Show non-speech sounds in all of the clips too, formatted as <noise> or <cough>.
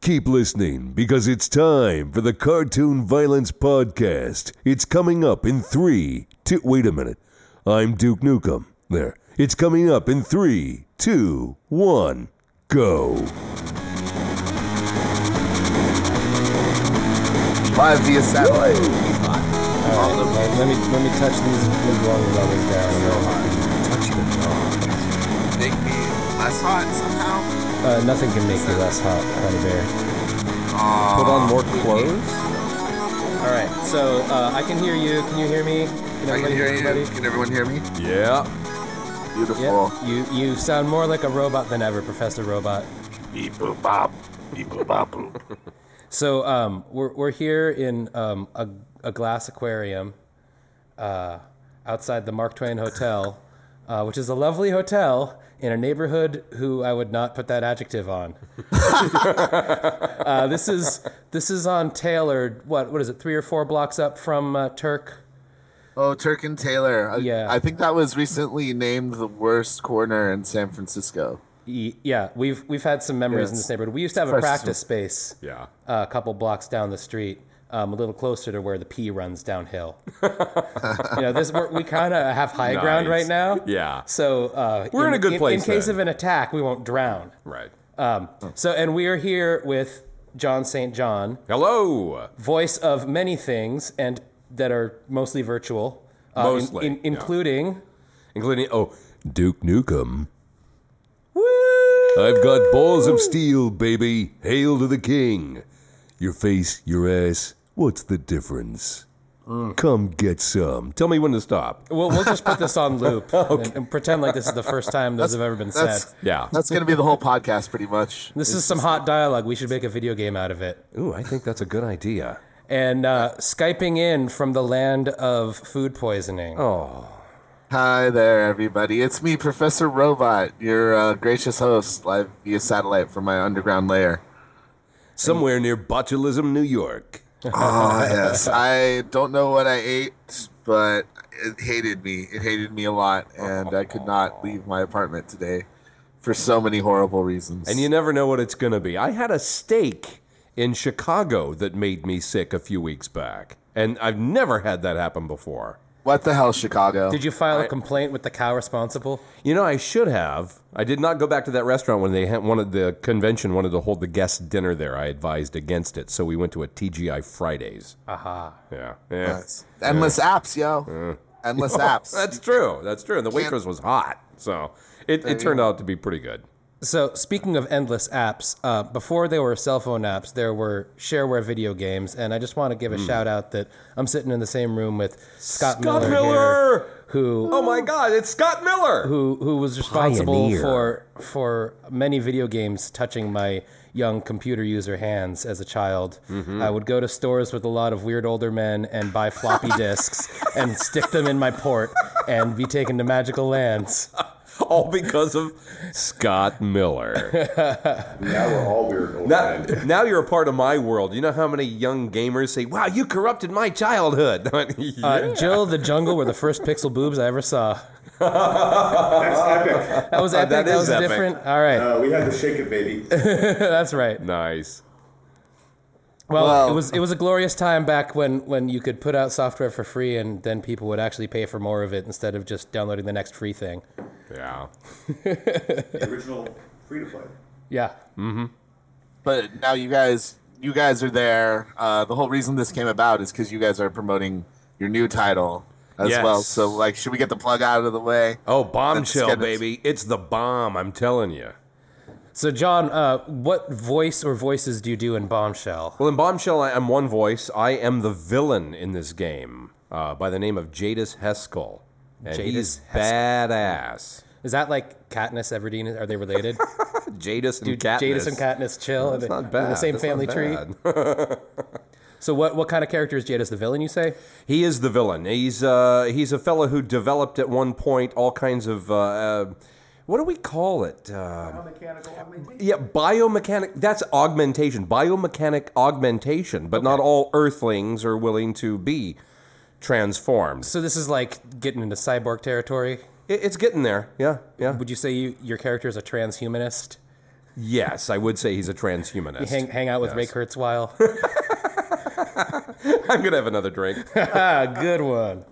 keep listening because it's time for the Cartoon Violence Podcast. It's coming up in three, two. Wait a minute. I'm Duke Nukem. There. It's coming up in three, two, one, go. Live via satellite. All right, let, let me let me touch these these lung levels down real high. Touch them Make me less hot somehow. Uh, nothing can make you less hot, honey bear. Put on more clothes. All right, so uh, I can hear you. Can you hear me? Can I can everybody hear hear you. everybody? Can everyone hear me? Yeah. Beautiful. Yep. You you sound more like a robot than ever, Professor Robot. Beep boop bop. Beep boop <laughs> bop boop. So um, we're we're here in um, a a glass aquarium, uh, outside the Mark Twain Hotel, uh, which is a lovely hotel in a neighborhood who I would not put that adjective on. <laughs> uh, this is this is on Taylor. What what is it? Three or four blocks up from uh, Turk. Oh, Turk and Taylor. I, Yeah. I think that was recently named the worst corner in San Francisco. Y- Yeah, we've we've had some memories in Yes. this neighborhood. We used to have a First- practice space. uh, Yeah. a couple blocks down the street, um, a little closer to where the P <laughs> runs downhill. you know, this we're, we kind of have high ground Nice. right now. Yeah. So uh, We're in a good place In, case then. of an attack, we won't drown. Right. Um, So, and we are here with John St. John, Hello. voice of many things, and that are mostly virtual, uh, in- Mostly, in, yeah. including. Including oh, Duke Nukem. Woo! I've got balls of steel, baby. Hail to the king. Your face, your ass. What's the difference? Come get some. Tell me when to stop. We'll, we'll just put this <laughs> on loop and, and pretend like this is the first time those have ever been said. That's Yeah. That's gonna be the whole podcast, pretty much. This is some hot dialogue. We should make a video game out of it. Ooh, I think that's a good idea. And uh, Skyping in from the land of food poisoning. Oh. Hi there, everybody. It's me, Professor Robot, your uh, gracious host, live via satellite from my underground lair. Somewhere near Botulism, New York. <laughs> Ah, yes. I don't know what I ate, but it hated me. It hated me a lot, and I could not leave my apartment today for so many horrible reasons. And you never know what it's going to be. I had a steak in Chicago that made me sick a few weeks back, and I've never had that happen before. what the hell, Chicago? Did you file a complaint with the cow responsible? You know, I should have. I did not go back to that restaurant when they had, wanted the convention wanted to hold the guest dinner there. I advised against it, so we went to a TGI Fridays. Aha. Yeah. Yeah. Yes. Endless apps, yo. <laughs> Endless apps. That's true. That's true. And the waitress was hot, so it, it turned out to be pretty good. So, speaking of endless apps, uh, before there were cell phone apps, there were shareware video games. And I just want to give a shout out that I'm sitting in the same room with Hmm. Scott, Scott Miller, here, Miller. who Oh my God! It's Scott Miller. who who was responsible Pioneer. for for many video games touching my young computer user hands as a child. Mm-hmm. I would go to stores with a lot of weird older men and buy <laughs> floppy disks and stick them in my port and be taken to magical lands. <laughs> all because of Scott Miller. <laughs> Now we're all weird old now, <laughs> men. now you're a part of my world. You know how many young gamers say, "Wow, you corrupted my childhood." <laughs> Yeah. Uh, Jill the Jungle were the first pixel boobs I ever saw. That's <laughs> <laughs> epic. That was epic. That, Oh, is was epic. different. All right, Uh, we had to shake <laughs> it, baby. <laughs> that's right. nice. Well, Well- it was it was a glorious time back when when you could put out software for free and then people would actually pay for more of it instead of just downloading the next free thing. Yeah. The original free to play. Yeah. but now you guys, you guys are there. Uh, the whole reason this came about is because you guys are promoting your new title as Yes. well. So, like, should we get the plug out of the way? Oh, bombshell, That's good. baby! It's the bomb. I'm telling you. So, John, uh, what voice or voices do you do in Bombshell? Well, in Bombshell, I am one voice. I am the villain in this game uh, by the name of Jadis Heskel. And Jadis he's badass. Is that like Katniss Everdeen? Are they related? Jadis and <laughs> Katniss. Jadis and Katniss chill. That's Not bad. The same That's family not tree. bad. <laughs> So, what, what kind of character is Jadis the villain, you say? He is the villain. He's uh, he's a fellow who developed at one point all kinds of uh, uh, what do we call it? Uh, yeah, biomechanic. That's augmentation. Biomechanic augmentation, but not all Earthlings are willing to be transformed. So, this is like getting into cyborg territory. It, it's getting there. Yeah, yeah. Would you say you, your character is a transhumanist? Yes, I would say he's a transhumanist. Hang, hang out with Ray Kurzweil. <laughs> <laughs> I'm gonna have another drink. ah, good one.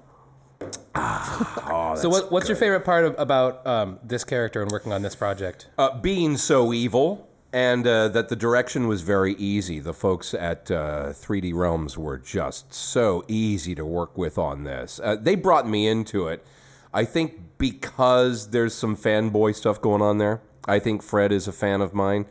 Ah, so, what, what's your favorite part of, about um, this character and working on this project? uh, being so evil and uh, that the direction was very easy. The folks at uh, 3D Realms were just so easy to work with on this. Uh, they brought me into it, I think, because there's some fanboy stuff going on there. I think Fred is a fan of mine.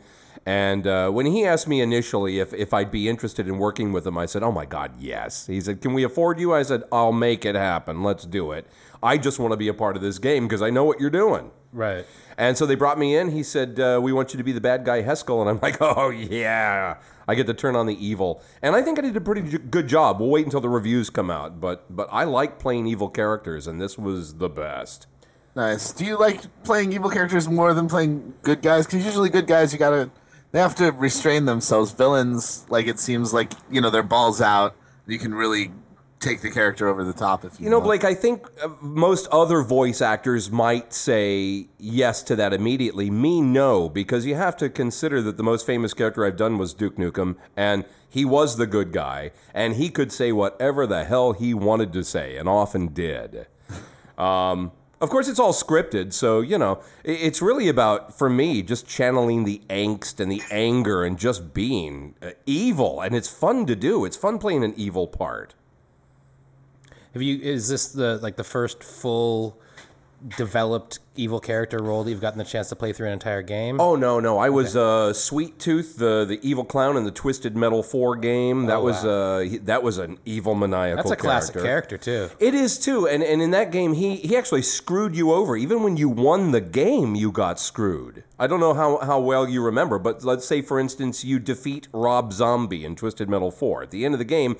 And uh, when he asked me initially if, if I'd be interested in working with him, I said, Oh my God, yes. He said, Can we afford you? I said, I'll make it happen. Let's do it. I just want to be a part of this game because I know what you're doing. Right. And so they brought me in. He said, uh, "We want you to be the bad guy, Heskel." And I'm like, <laughs> "Oh yeah, I get to turn on the evil." And I think I did a pretty j- good job. We'll wait until the reviews come out, but but I like playing evil characters, and this was the best. Nice. Do you like playing evil characters more than playing good guys? Because usually good guys, you gotta they have to restrain themselves. Villains, like it seems like you know their balls out. You can really take the character over the top if you. You know, want. Blake, I think uh, most other voice actors might say yes to that immediately. Me, no, because you have to consider that the most famous character I've done was Duke Nukem, and he was the good guy, and he could say whatever the hell he wanted to say, and often did. <laughs> Um, of course, it's all scripted, so, you know, i- it's really about, for me, just channeling the angst and the anger and just being uh, evil, and it's fun to do. It's fun playing an evil part. Have you? Is this the like the first full developed evil character role that you've gotten the chance to play through an entire game? Oh no, no! I was uh, Sweet Tooth, the the evil clown in the Twisted Metal Four game. That was uh, he- that was an evil maniacal. Oh, that's a classic character too. It is too, and and in that game, he he actually screwed you over. Even when you won the game, you got screwed. I don't know how how well you remember, but let's say for instance, you defeat Rob Zombie in Twisted Metal Four. At the end of the game,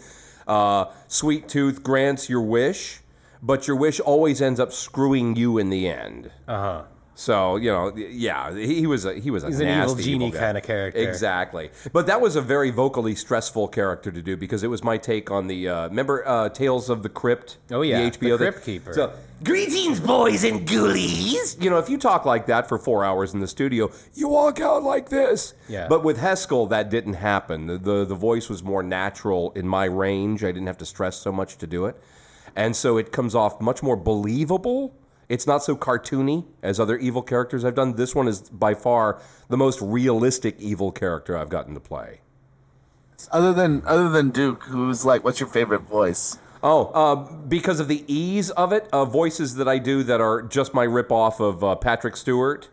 uh, Sweet Tooth grants your wish, but your wish always ends up screwing you in the end. Uh huh. So you know, yeah, he, he was a he was a Uh-huh. an evil nasty genie guy. kinda character. Exactly, but that was a very vocally stressful character to do because it was my take on the uh, remember uh, Tales of the Crypt. Oh, yeah, the the HBO thing? Crypt Keeper. So, greetings, boys and ghoulies. You know, if you talk like that for four hours in the studio, you walk out like this. Yeah. But with Heskel, that didn't happen. The, the the voice was more natural in my range. I didn't have to stress so much to do it, and so it comes off much more believable. It's not so cartoony as other evil characters I've done. This one is by far the most realistic evil character I've gotten to play. other than other than Duke, who's like, what's your favorite voice? Oh, uh, because of the ease of it, uh, voices that I do that are just my ripoff of uh, Patrick Stewart.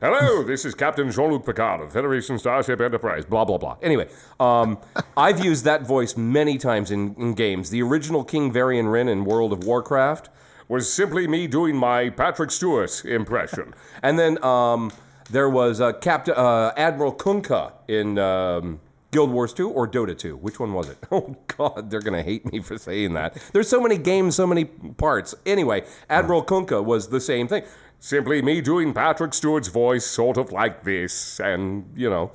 Hello, this is Captain Jean Luc Picard of Federation Starship Enterprise, blah, blah, blah. Anyway, um, <laughs> I've used that voice many times in, in games. The original King Varian Wren in World of Warcraft was simply me doing my Patrick Stewart impression. <laughs> and then um, there was uh, Captain uh, Admiral Kunkka in. Um, Guild Wars 2 or Dota 2? Which one was it? <laughs> Oh, God, they're going to hate me for saying that. There's so many games, so many parts. Anyway, Admiral Kunkka was the same thing. Simply me doing Patrick Stewart's voice sort of like this, and, you know,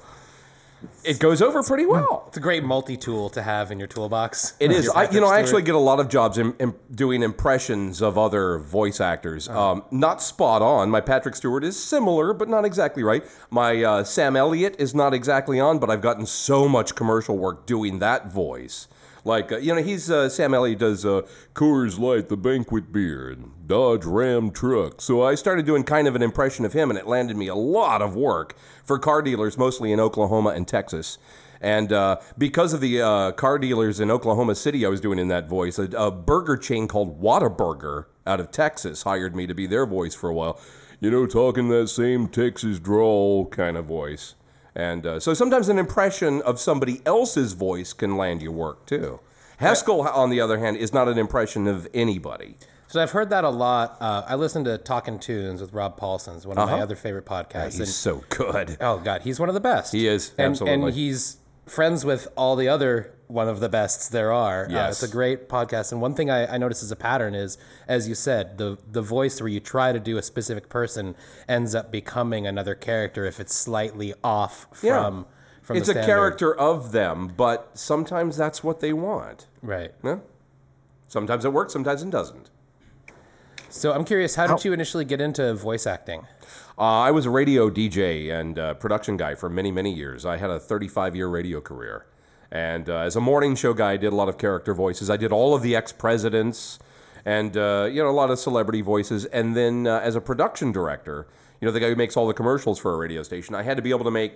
it goes over pretty well. It's a great multi-tool to have in your toolbox. It is. Your I, you know, I Patrick actually Stewart. get a lot of jobs in, in doing impressions of other voice actors. Um, not spot on. My Patrick Stewart is similar, but not exactly right. My uh, Sam Elliott is not exactly on, but I've gotten so much commercial work doing that voice. Like, uh, you know, he's uh, Sam Elliott does uh, Coors Light, the banquet beer, and Dodge Ram truck. So I started doing kind of an impression of him, and it landed me a lot of work for car dealers, mostly in Oklahoma and Texas. And uh, because of the uh, car dealers in Oklahoma City, I was doing in that voice. A, a burger chain called Whataburger out of Texas hired me to be their voice for a while. You know, talking that same Texas drawl kind of voice. And uh, so sometimes an impression of somebody else's voice can land you work too. Haskell, on the other hand, is not an impression of anybody. So I've heard that a lot. Uh, I listen to Talking Tunes with Rob Paulson's one of my other favorite podcasts. Uh-huh. He's so <laughs> good. and, oh God, he's one of the best. He is, and, absolutely. and he's friends with all the other one of the bests there are. Uh, Yes. it's a great podcast. And one thing I, I noticed as a pattern is, as you said, the the voice where you try to do a specific person ends up becoming another character if it's slightly off Yeah. from from It's the a standard. character of them, but sometimes that's what they want. right? No. Sometimes it works, sometimes it doesn't. So I'm curious, how did you initially get into voice acting? Uh, I was a radio DJ and uh, production guy for many, many years. I had a 35 year radio career. And uh, as a morning show guy, I did a lot of character voices. I did all of the ex presidents and, uh, you know, a lot of celebrity voices. And then uh, as a production director, you know, the guy who makes all the commercials for a radio station, I had to be able to make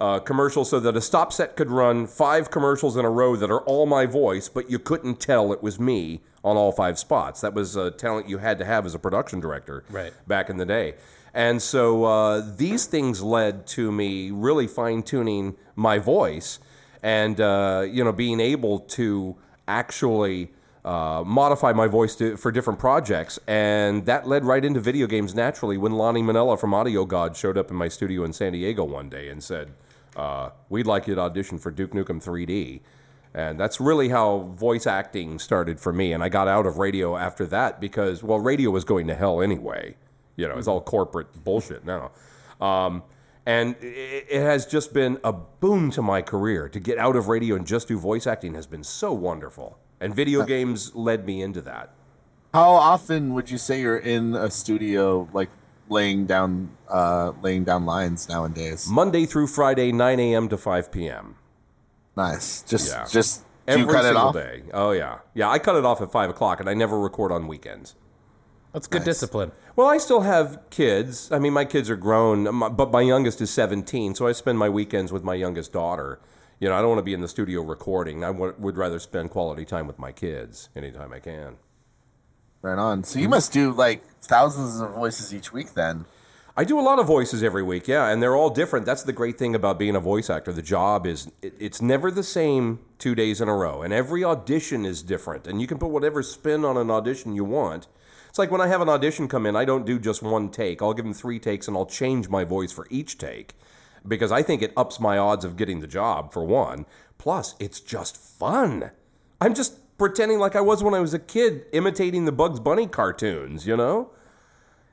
uh, commercials so that a stop set could run five commercials in a row that are all my voice, but you couldn't tell it was me on all five spots. That was a talent you had to have as a production director Right. back in the day. And so uh, these things led to me really fine tuning my voice and, uh, you know, being able to actually uh, modify my voice to, for different projects. And that led right into video games naturally when Lonnie Manella from Audio God showed up in my studio in San Diego one day and said, uh, We'd like you to audition for Duke Nukem 3D. And that's really how voice acting started for me. And I got out of radio after that because, well, radio was going to hell anyway. You know, it's all corporate bullshit now. Um, and it, it has just been a boon to my career. To get out of radio and just do voice acting has been so wonderful. And video games led me into that. How often would you say you're in a studio, like laying down, uh, laying down lines nowadays? Monday through Friday, 9 a.m. to 5 p.m. Nice. Just, Yeah. just do Every you cut it single off? day. Oh, yeah. Yeah, I cut it off at 5 o'clock and I never record on weekends. That's good discipline. Well, I still have kids. I mean, my kids are grown, my- but my youngest is 17, so I spend my weekends with my youngest daughter. You know, I don't want to be in the studio recording. I wa- would rather spend quality time with my kids anytime I can. Right on. So you must do like thousands of voices each week then. I do a lot of voices every week, yeah, and they're all different. That's the great thing about being a voice actor. The job is it, it's never the same two days in a row, and every audition is different, and you can put whatever spin on an audition you want. It's like when I have an audition come in, I don't do just one take. I'll give them three takes, and I'll change my voice for each take because I think it ups my odds of getting the job for one. Plus, it's just fun. I'm just pretending like I was when I was a kid, imitating the Bugs Bunny cartoons, you know.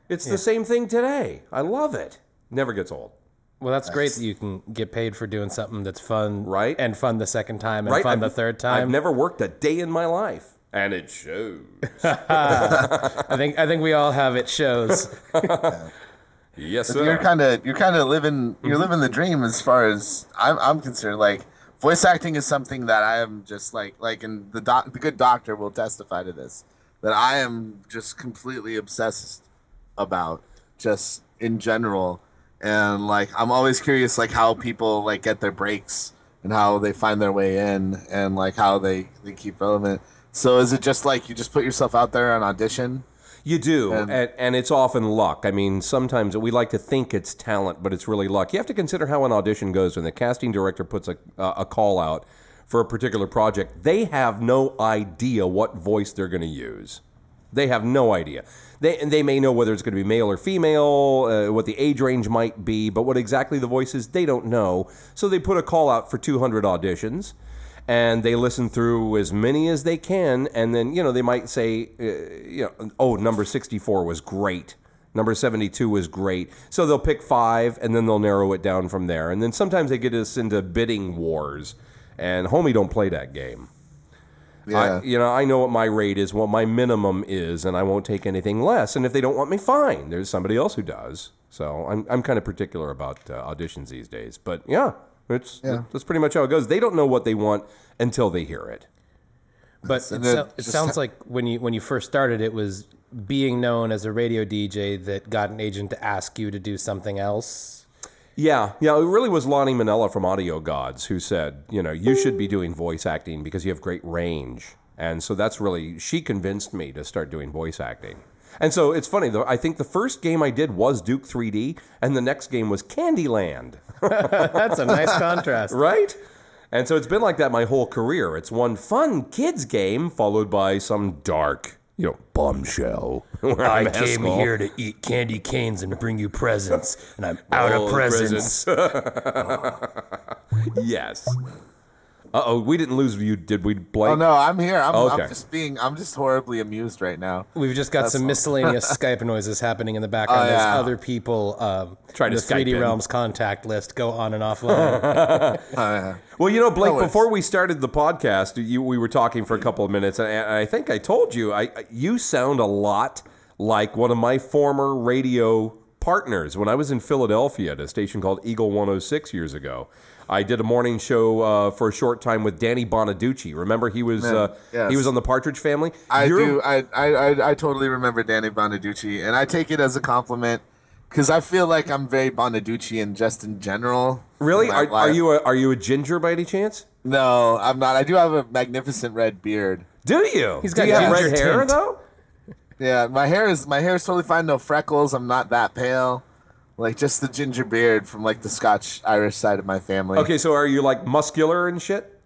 It's the same thing today. I love it. Never gets old. Well, that's great that you can get paid for doing something that's fun, Right. And fun the second time, and Right? fun the I've- third I've time. never worked a day in my life. And it <laughs> shows. I think I think we all have it shows. yes, sir. You're kind of you're kind of living you're living the dream as far as I'm I'm concerned. Like voice acting is something that I am just like like and the doc the good doctor will testify to this that I am just completely obsessed about just in general and like I'm always curious like how people like get their breaks and how they find their way in and like how they they keep relevant. So is it just like you just put yourself out there on audition? You do. and, and it's often luck. I mean, sometimes we like to think it's talent, but it's really luck. You have to consider how an audition goes when the casting director puts a, uh, a call out for a particular project. They have no idea what voice they're going to use. They have no idea. They and they may know whether it's going to be male or female, uh, what the age range might be, but what exactly the voice is, they don't know. So they put a call out for 200 auditions, and they listen through as many as they can, and then you know they might say, uh, you know, oh, number 64 was great. Number 72 was great. So they'll pick five and then they'll narrow it down from there. And then sometimes they get us into bidding wars. And homie don't play that game. I, you know, I know what my rate is, what my minimum is, and I won't take anything less. And if they don't want me, fine. There's somebody else who does. So I'm, I'm kind of particular about uh, auditions these days. But yeah, it's that's pretty much how it goes. They don't know what they want until they hear it. But it, then so, it just sounds ha- like when you when you first started, it was being known as a radio DJ that got an agent to ask you to do something else. Yeah, yeah, it really was Lonnie Manella from Audio Gods who said, you know, you should be doing voice acting because you have great range. And so that's really, she convinced me to start doing voice acting. And so it's funny, though, I think the first game I did was Duke 3D, and the next game was Candyland, <laughs> That's a nice contrast. right? And so it's been like that my whole career. It's one fun kids game followed by some dark, you know, bombshell. where I'm Haskell. to eat candy canes and bring you presents, and I'm out Oh, Yes. Uh oh, we didn't lose you, did we, Blake? Oh no, I'm here. I'm, Okay. I'm just being I'm just horribly amused right now. <laughs> <laughs> We've just got some miscellaneous Skype noises happening in the background Oh, as yeah. other people um, Try to the Skype 3D in. Realms contact list go on and offline. Uh, Well, you know, Blake, Always. before we started the podcast, you, we were talking for a couple of minutes, and I, I think I told you I you sound a lot like one of my former radio partners. When I was in Philadelphia at a station called Eagle 106 years ago, I did a morning show uh, for a short time with Danny Bonaducci. Remember, he was uh, yes. he was on the Partridge Family. I You're- do. I, I, I, I totally remember Danny Bonaducci, and I take it as a compliment because I feel like I'm very Bonaducci and just in general. Really? in my Are, are life. you a, are you a ginger by any chance? No, I'm not. I do have a magnificent red beard. Do you? He's got do you have ginger red hair tint. though? Yeah, my hair is my hair is totally fine. No freckles. I'm not that pale. Like just the ginger beard from like the Scotch Irish side of my family. Okay, so are you like muscular and shit?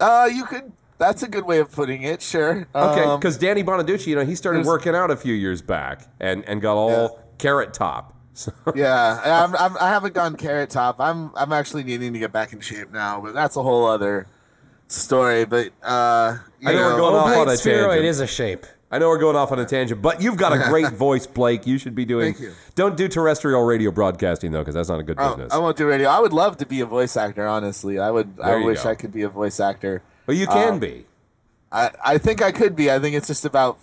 Uh, you could. That's a good way of putting it. Sure. Okay, Um, because Danny Bonaducci, you know, he started there's- working out a few years back and and got all carrot top. <laughs> So, yeah, I'm, I'm, I haven't gone carrot top. I'm I'm actually needing to get back in shape now, but that's a whole other story. But uh, you I know we're know, going off on a Opite spheroid tangent. is a shape. I know we're going off on a tangent, but you've got a <laughs> great voice, Blake. You should be doing. Thank you. Don't do terrestrial radio broadcasting though, because that's not a good Oh, business. I won't do radio. I would love to be a voice actor. Honestly, I would. There I you wish go. I could be a voice actor. well, you uh, can be. I, I think I could be. I think it's just about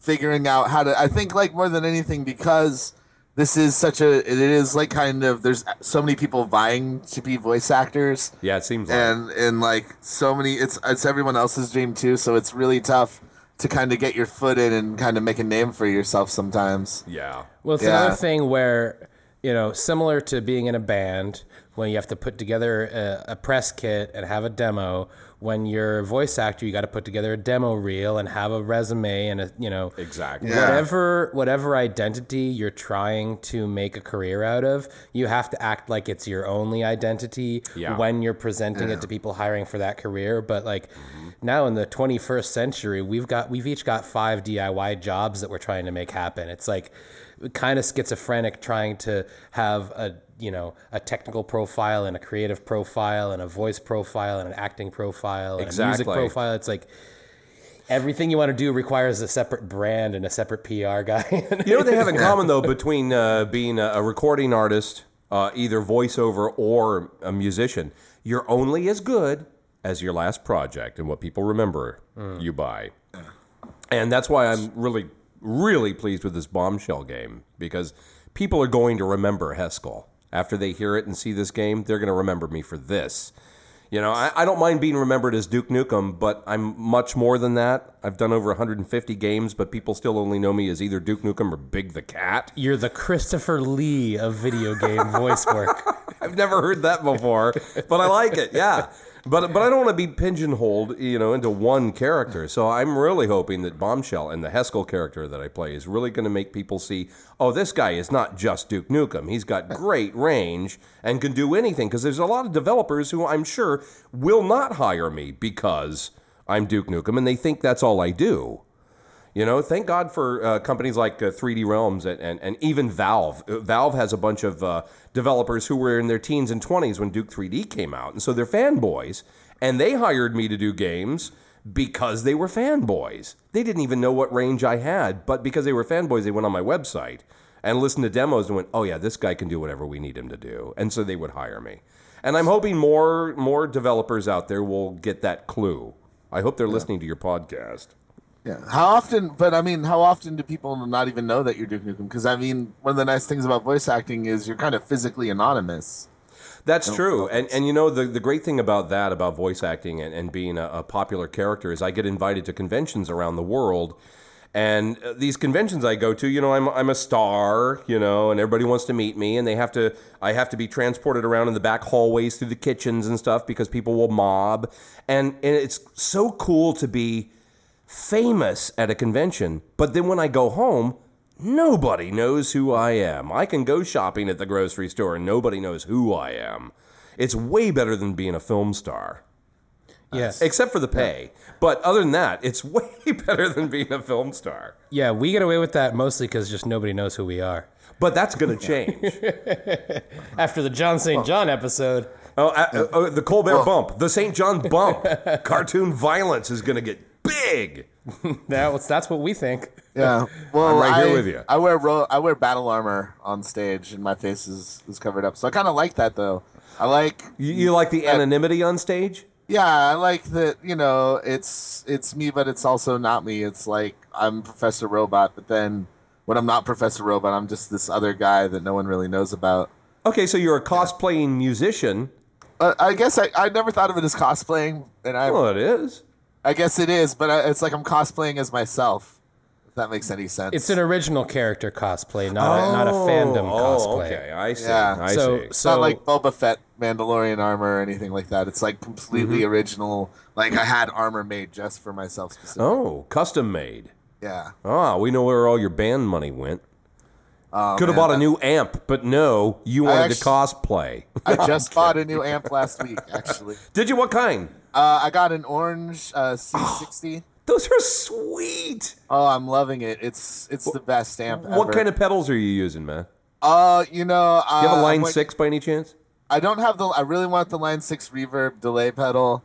figuring out how to. I think like more than anything because this is such a. It is like kind of. There's so many people vying to be voice actors. Yeah, it seems like. and and like so many it's it's everyone else's dream too so it's really tough to kind of get your foot in and kind of make a name for yourself sometimes yeah. Well, it's Yeah. another thing where, you know, similar to being in a band, when you have to put together a, a press kit and have a demo, when you're a voice actor, you got to put together a demo reel and have a resume and a, you know, Exactly. Yeah. whatever whatever identity you're trying to make a career out of, you have to act like it's your only identity Yeah. when you're presenting it to people hiring for that career. But like Mm-hmm. now in the 21st century, we've got we've each got five DIY jobs that we're trying to make happen. It's like kind of schizophrenic trying to have a you know a technical profile and a creative profile and a voice profile and an acting profile and a music Exactly. profile. It's like everything you want to do requires a separate brand and a separate PR guy. <laughs> You know what they <laughs> have in common though between uh, being a, a recording artist, uh, either voiceover or a musician, you're only as good as your last project and what people remember Hmm. you by. And that's why I'm really, really pleased with this bombshell game because people are going to remember Heskell after they hear it and see this game. They're going to remember me for this. You know, I, I don't mind being remembered as Duke Nukem, but I'm much more than that. I've done over 150 games, but people still only know me as either Duke Nukem or Big the Cat. You're the Christopher Lee of video <laughs> game voice work. <laughs> I've never heard that before, but I like it. Yeah. But, but I don't want to be pigeonholed, you know, into one character. So I'm really hoping that Bombshell and the Heskel character that I play is really going to make people see, oh, this guy is not just Duke Nukem. He's got great range and can do anything. Because there's a lot of developers who I'm sure will not hire me because I'm Duke Nukem, and they think that's all I do. You know, thank God for uh, companies like uh, 3D Realms and, and, and even Valve. Uh, Valve has a bunch of uh, developers who were in their teens and 20s when Duke 3D came out. And so they're fanboys. And they hired me to do games because they were fanboys. They didn't even know what range I had. But because they were fanboys, they went on my website and listened to demos and went, oh, yeah, this guy can do whatever we need him to do. And so they would hire me. And I'm hoping more more developers out there will get that clue. I hope they're listening to your podcast. yeah how often but i mean how often do people not even know that you're duke nukem because i mean one of the nice things about voice acting is you're kind of physically anonymous That's true. And and you know the, the great thing about that, about voice acting and, and being a, a popular character is I get invited to conventions around the world. And uh, these conventions I go to, you know, I'm, I'm a star, you know, and everybody wants to meet me, and they have to, I have to be transported around in the back hallways through the kitchens and stuff because people will mob, and and it's so cool to be famous at a convention, but then when I go home, nobody knows who I am. I can go shopping at the grocery store and nobody knows who I am. It's way better than being a film star, Yes. except for the pay. But other than that, it's <laughs> way better than being a film star. Yeah, we get away with that mostly because just nobody knows who we are. But that's going to change. After the John St. John episode, <laughs> oh, I, oh, the Colbert bump, the St. John <laughs> bump, cartoon violence is going to get big. that was, that's what we think. yeah <laughs> well I'm right here I- with you. i wear ro- i wear battle armor on stage and my face is, is covered up so i kind of like that though i like You, you like the anonymity on stage? Yeah, I like that. You know, it's it's me, but it's also not me. It's like I'm Professor Robot, but then when I'm not Professor Robot, I'm just this other guy that no one really knows about. Okay, so you're a cosplaying musician. Uh, I guess I, I never thought of it as cosplaying, and I Well, it is. I guess it is, but I, it's like I'm cosplaying as myself. If that makes any sense. It's an original character cosplay, not a, not a fandom oh, cosplay. okay. I see. Yeah. I So see. It's so not like Boba Fett Mandalorian armor or anything like that. It's like completely Mm-hmm. original. Like I had armor made just for myself specifically. Oh, custom made. Oh. Yeah. Ah, we know where all your band money went. Could have Oh, man, bought a that- new amp, but no, you I wanted to actu- cosplay. <laughs> I <laughs> just bought a new amp last week, actually. Did you? What kind? Uh, I got an orange <sighs> uh, C60. Those are sweet. Oh, I'm loving it. It's it's the best amp ever. What kind of pedals are you using, man? Uh, you know, uh, Do you have a Line I'm like- Six by any chance? I don't have the. I really want the Line Six Reverb delay pedal,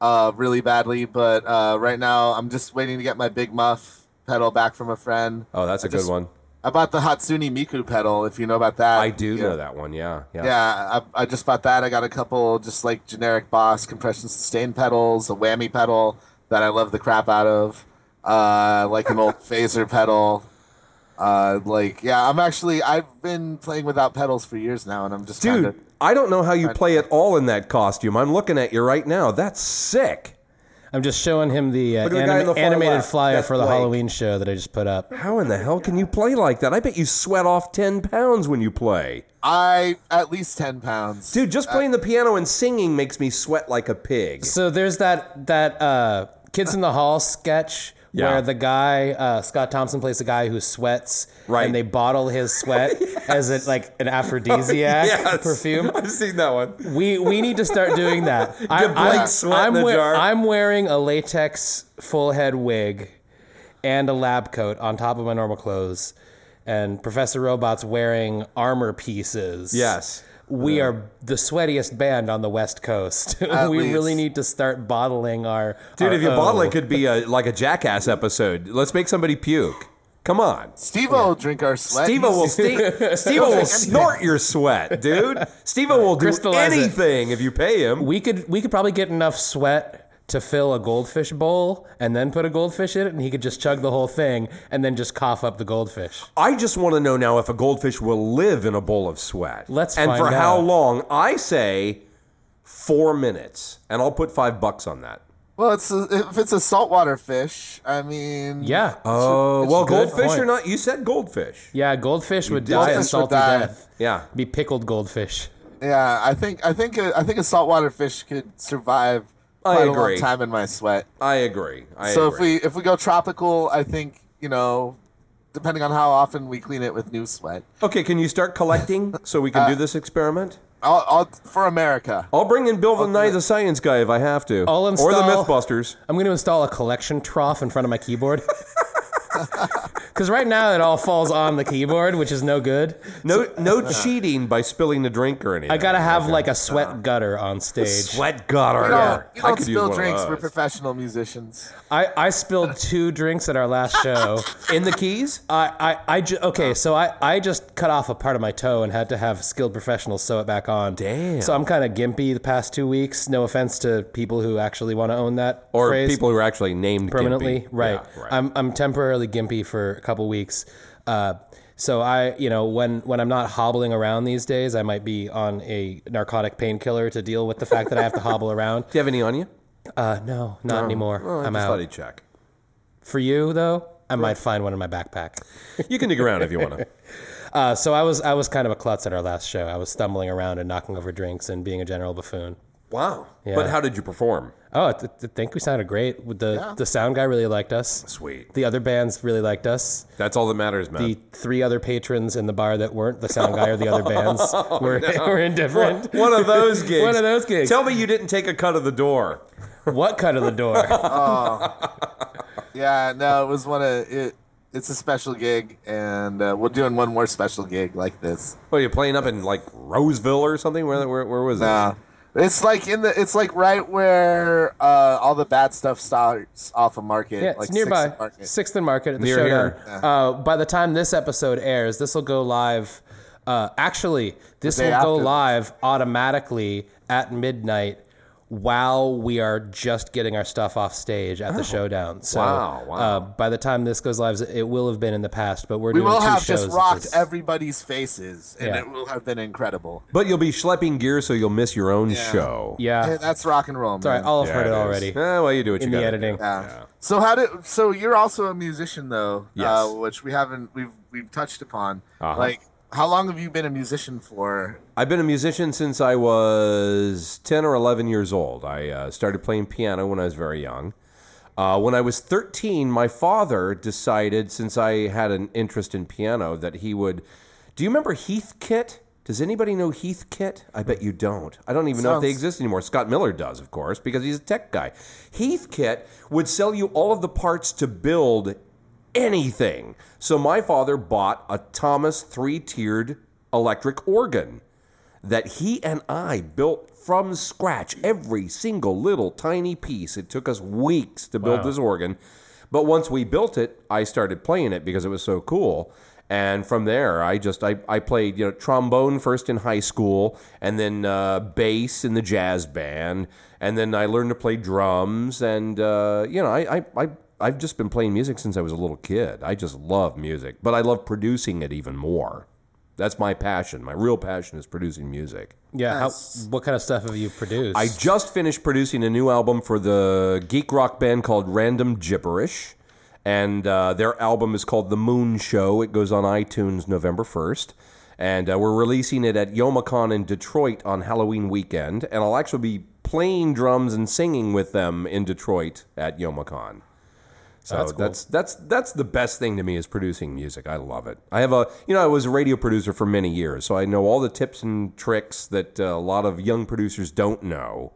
uh, really badly. But uh, right now, I'm just waiting to get my Big Muff pedal back from a friend. Oh, that's a I just- good one. I bought the Hatsune Miku pedal. If you know about that, I do Yeah. know that one. Yeah, yeah. Yeah, I, I just bought that. I got a couple just like generic Boss compression sustain pedals, a whammy pedal that I love the crap out of, uh, like <laughs> an old phaser pedal. Uh, like yeah, I'm actually I've been playing without pedals for years now, and I'm just Dude, kinda, I don't know how you play at all in that costume. I'm looking at you right now. That's sick. I'm just showing him the, uh, Look at the guy anima- on the far animated left. flyer That's for the Blake. Halloween show that I just put up. How in the hell can you play like that? I bet you sweat off 10 pounds when you play. I at least ten pounds. Dude, Uh, just playing the piano and singing makes me sweat like a pig. So there's that that uh, Kids in the Hall sketch Yeah. where the guy uh, Scott Thompson plays the guy who sweats, Right. And they bottle his <laughs> sweat as it like an aphrodisiac Yes. perfume. <laughs> I've seen that one. We we need to start doing that. <laughs> I, Get Blake sweat in I'm the jar. I'm wearing a latex full head wig and a lab coat on top of my normal clothes, and Professor Robot's wearing armor pieces. Yes. We are the sweatiest band on the West Coast. <laughs> we At least. really need to start bottling our. Dude, our if you own. bottle it, could be a, like a jackass episode. Let's make somebody puke. Come on. Steve will drink our sweat. Steve will <laughs> ste- Steve will snort your sweat, dude. Steve will do Crystallize it. anything if you pay him. we could we could probably get enough sweat to fill a goldfish bowl and then put a goldfish in it, and he could just chug the whole thing and then just cough up the goldfish. I just want to know now if a goldfish will live in a bowl of sweat. Let's and for find how out. long? I say four minutes, and I'll put five bucks on that. Well, it's a, if it's a saltwater fish, I mean, Yeah. Oh well, good goldfish point. or not? You said goldfish. Yeah, goldfish would did. die a Goldfish would salty die. death. Yeah. Be pickled goldfish. yeah. I think I think a, I think a saltwater fish could survive I quite a agree. long time in my sweat. I agree. I so agree. if we if we go tropical, I think you know, depending on how often we clean it with new sweat, okay, can you start <laughs> collecting so we can Uh, do this experiment? I'll, I'll for America. I'll bring in Bill the Nye, the science guy, if I have to, I'll or the install- MythBusters. I'm going to install a collection trough in front of my keyboard. <laughs> Because right now it all falls on the keyboard, which is no good. No, no cheating by spilling the drink or anything. uh, I got to have like a sweat gutter on stage. sweat gutter. You don't, you I don't could use one spill of drinks. We're those. professional musicians. I, I spilled two drinks at our <laughs> last show. in the <laughs> keys. I, I, I ju- okay, so I, I just cut off a part of my toe and had to have skilled professionals sew it back on. Damn. So I'm kind of gimpy the past two weeks. No offense to people who actually want to own that or phrase. people who are actually named permanently Gimpy. right. Yeah, right. i'm i'm temporarily gimpy for a couple weeks uh so i you know when when i'm not hobbling around these days i might be on a narcotic painkiller to deal with the fact that i have <laughs> to hobble around Do you have any on you? uh no not anymore Oh, I i'm just out thought I'd check. for you though i might find one in my backpack You can dig around if you want <laughs> to. uh, so i was i was kind of a klutz at our last show i was stumbling around and knocking over drinks and being a general buffoon Wow. But how did you perform? oh i th- th- think we sounded great With the Yeah. the sound guy really liked us Sweet. the other bands really liked us That's all that matters, man. the three other patrons in the bar that weren't the sound guy or the other bands were, <laughs> were indifferent. one of those gigs. <laughs> One of those gigs. Tell me you didn't take a cut of the door. What cut of the door? Yeah, no, it was one of it. It's a special gig, and uh, we're doing one more special gig like this. Well, you're playing up in like Roseville or something. Where where, where was it? Uh, it's like in the. It's like right where uh, all the bad stuff starts off a market. Yeah, it's like nearby. Sixth Market. Sixth and Market at the Near showdown. here. Uh, by the time this episode airs, this will go live. Uh, actually, this The day will go after. live automatically at midnight while we are just getting our stuff off stage Oh. at the showdown. So, Wow, wow. Uh, by the time this goes live, it will have been in the past, but we're We doing will two have shows. just at rocked this- everybody's faces, and Yeah. it will have been incredible. But you'll be schlepping gear, so you'll miss your own show. Yeah. Hey, that's rock and roll. All right, man. I'll have Yeah, heard it, is. already Eh, well, you do what in you the got. editing. Yeah. So how do? So you're also a musician though, Yes. uh, which we haven't we've we've touched upon. Uh-huh. Like, how long have you been a musician for? I've been a musician since I was 10 or 11 years old. I uh, started playing piano when I was very young. Uh, when I was 13, my father decided, since I had an interest in piano, that he would. Do you remember Heath Kit? Does anybody know Heath Kit? I bet you don't. I don't even know if they Sounds- exist anymore. Scott Miller does, of course, because he's a tech guy. Heath Kit would sell you all of the parts to build anything. So my father bought a Thomas three tiered electric organ that he and I built from scratch every single little tiny piece. It took us weeks to build this organ. But once we built it, I started playing it because it was so cool. And from there, I just I, I played you know trombone first in high school, and then uh, bass in the jazz band, and then I learned to play drums. And uh, you know I, I I I've just been playing music since I was a little kid. I just love music, but I love producing it even more. That's my passion. My real passion is producing music. Yeah, how, Yes. what kind of stuff have you produced? I just finished producing a new album for the geek rock band called Random Gibberish, and uh, their album is called The Moon Show. It goes on iTunes November first, and uh, we're releasing it at YomaCon in Detroit on Halloween weekend. And I'll actually be playing drums and singing with them in Detroit at YomaCon. So that's cool. that's that's that's the best thing to me is producing music. I love it. I have a you know I was a radio producer for many years, so I know all the tips and tricks that uh, a lot of young producers don't know,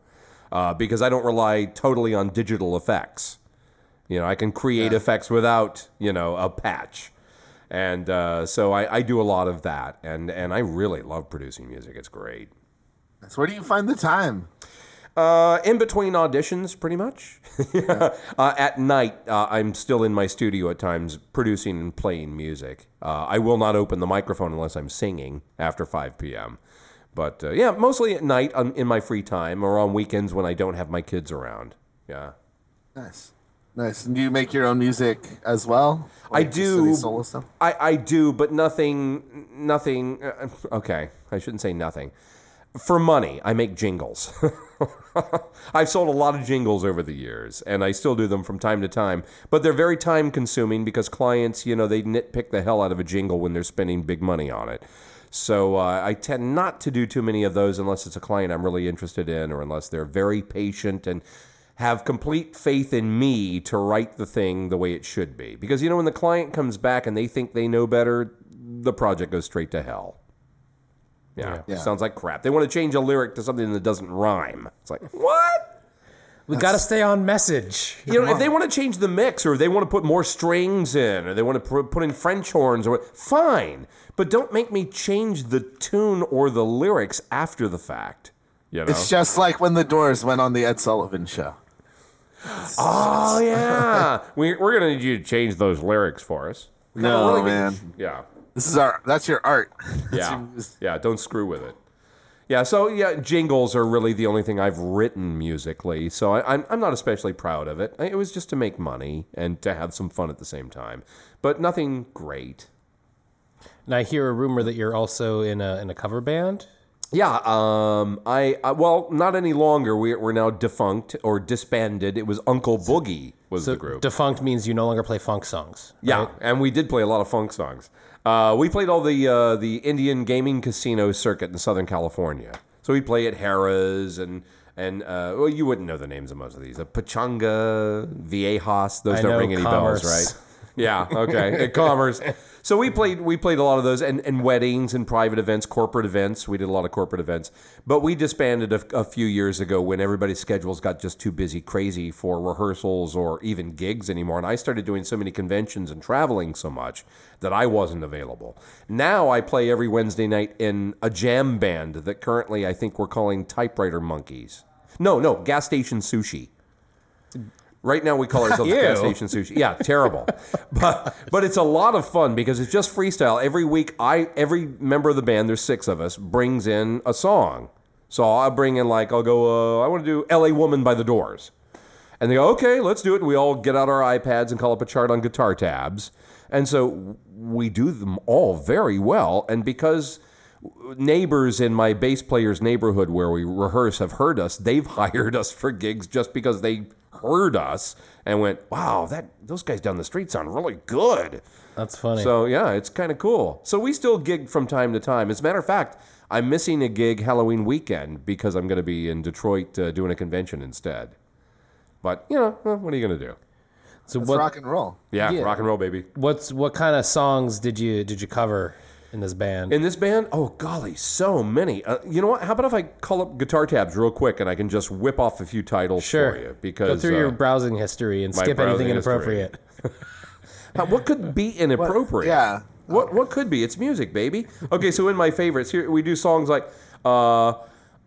uh, because I don't rely totally on digital effects. You know, I can create effects without you know a patch, and uh, so I, I do a lot of that, and and I really love producing music. It's great. So where do you find the time? Uh, in between auditions, pretty much. <laughs> uh, at night, uh, I'm still in my studio at times producing and playing music. Uh, I will not open the microphone unless I'm singing after 5 p.m. But uh, yeah, mostly at night um, in my free time or on weekends when I don't have my kids around. Yeah. Nice, nice. And do you make your own music as well? I Like, just any do. solo stuff. I, I do, but nothing, nothing. Uh, okay, I shouldn't say nothing. For money, I make jingles. <laughs> I've sold a lot of jingles over the years, and I still do them from time to time. But they're very time consuming because clients, you know, they nitpick the hell out of a jingle when they're spending big money on it. So uh, I tend not to do too many of those unless it's a client I'm really interested in, or unless they're very patient and have complete faith in me to write the thing the way it should be. Because, you know, when the client comes back and they think they know better, the project goes straight to hell. Yeah. Yeah. Sounds like crap. They want to change a lyric to something that doesn't rhyme. It's like, what? we got to stay on message. You know, if they want to change the mix or they want to put more strings in or they want to pr- put in French horns or fine, but don't make me change the tune or the lyrics after the fact. You know? It's just like when the Doors went on the Ed Sullivan Show. oh, yeah. <laughs> we, we're going to need you to change those lyrics for us. We got a No, really good- man. Yeah. This is our. That's your art. <laughs> Yeah. yeah, don't screw with it. Yeah, so yeah, jingles are really the only thing I've written musically, so I, I'm, I'm not especially proud of it. I- It was just to make money and to have some fun at the same time, but nothing great. And I hear a rumor that you're also in a in a cover band. Yeah, um, I, I well, not any longer. We're, we're now defunct or disbanded. It was Uncle Boogie was So the group. defunct means you no longer play funk songs. Yeah, and we did play a lot of funk songs. Uh, we played all the uh, the Indian gaming casino circuit in Southern California. So we play at Harrah's and and uh, well, you wouldn't know the names of most of these. Uh, Pachanga, Viejas, those I don't know ring any <laughs> Commerce. bells, right? Yeah, <laughs> okay. At Commerce. So we played we played a lot of those and, and weddings and private events, corporate events. We did a lot of corporate events. But we disbanded a, a few years ago when everybody's schedules got just too busy crazy for rehearsals or even gigs anymore. And I started doing so many conventions and traveling so much that I wasn't available. Now I play every Wednesday night in a jam band that currently I think we're calling typewriter monkeys. No, no, gas station sushi. Right now we call ourselves gas Ew. station sushi. Yeah, terrible. but but it's a lot of fun because it's just freestyle. Every week I every member of the band, there's six of us, brings in a song. So I'll bring in like I'll go. Uh, I want to do "L.A. Woman" by the Doors, and they go, "Okay, let's do it." We all get out our iPads and call up a chart on guitar tabs, and so we do them all very well. And because neighbors in my bass player's neighborhood where we rehearse have heard us, they've <laughs> hired us for gigs just because they heard us and went, "Wow, that those guys down the street sound really good." That's funny. So yeah, it's kind of cool. So we still gig from time to time. As a matter of fact, I'm missing a gig Halloween weekend because I'm going to be in Detroit uh, doing a convention instead. But you know, eh, what are you going to do? so It's what rock and roll. Yeah, Yeah. rock and roll, baby. what's what kind of songs did you did you cover in this band? In this band, oh golly, so many. Uh, you know what? How about if I call up guitar tabs real quick and I can just whip off a few titles sure. for you? Because go through uh, your browsing history and my skip browsing anything history. inappropriate. How- what could be inappropriate? yeah. What what could be? It's music, baby. Okay, so in my favorites, here we do songs like uh,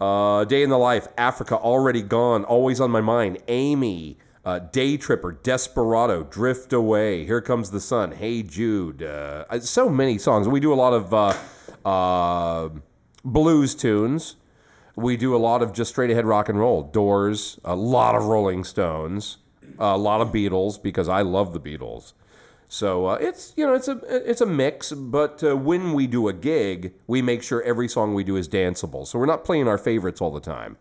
uh, "Day in the Life," "Africa," "Already Gone," "Always on My Mind," "Amy," uh, "Day Tripper," "Desperado," "Drift Away," "Here Comes the Sun," "Hey Jude." Uh, uh, so many songs. We do a lot of uh, uh, blues tunes. We do a lot of just straight ahead rock and roll. Doors, a lot of Rolling Stones, a lot of Beatles because I love the Beatles. So uh, it's you know it's a it's a mix, but uh, when we do a gig, we make sure every song we do is danceable. So we're not playing our favorites all the time,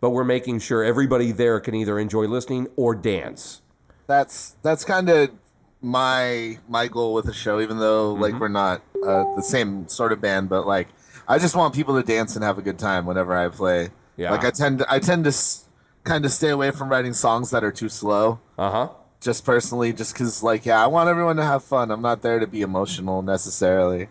but we're making sure everybody there can either enjoy listening or dance. That's that's kind of my my goal with the show. Even though Mm-hmm. like we're not uh, the same sort of band, but like I just want people to dance and have a good time whenever I play. Yeah. Like I tend to, I tend to s- kind of stay away from writing songs that are too slow. Uh huh. Just personally, just because like yeah, I want everyone to have fun. I'm not there to be emotional necessarily.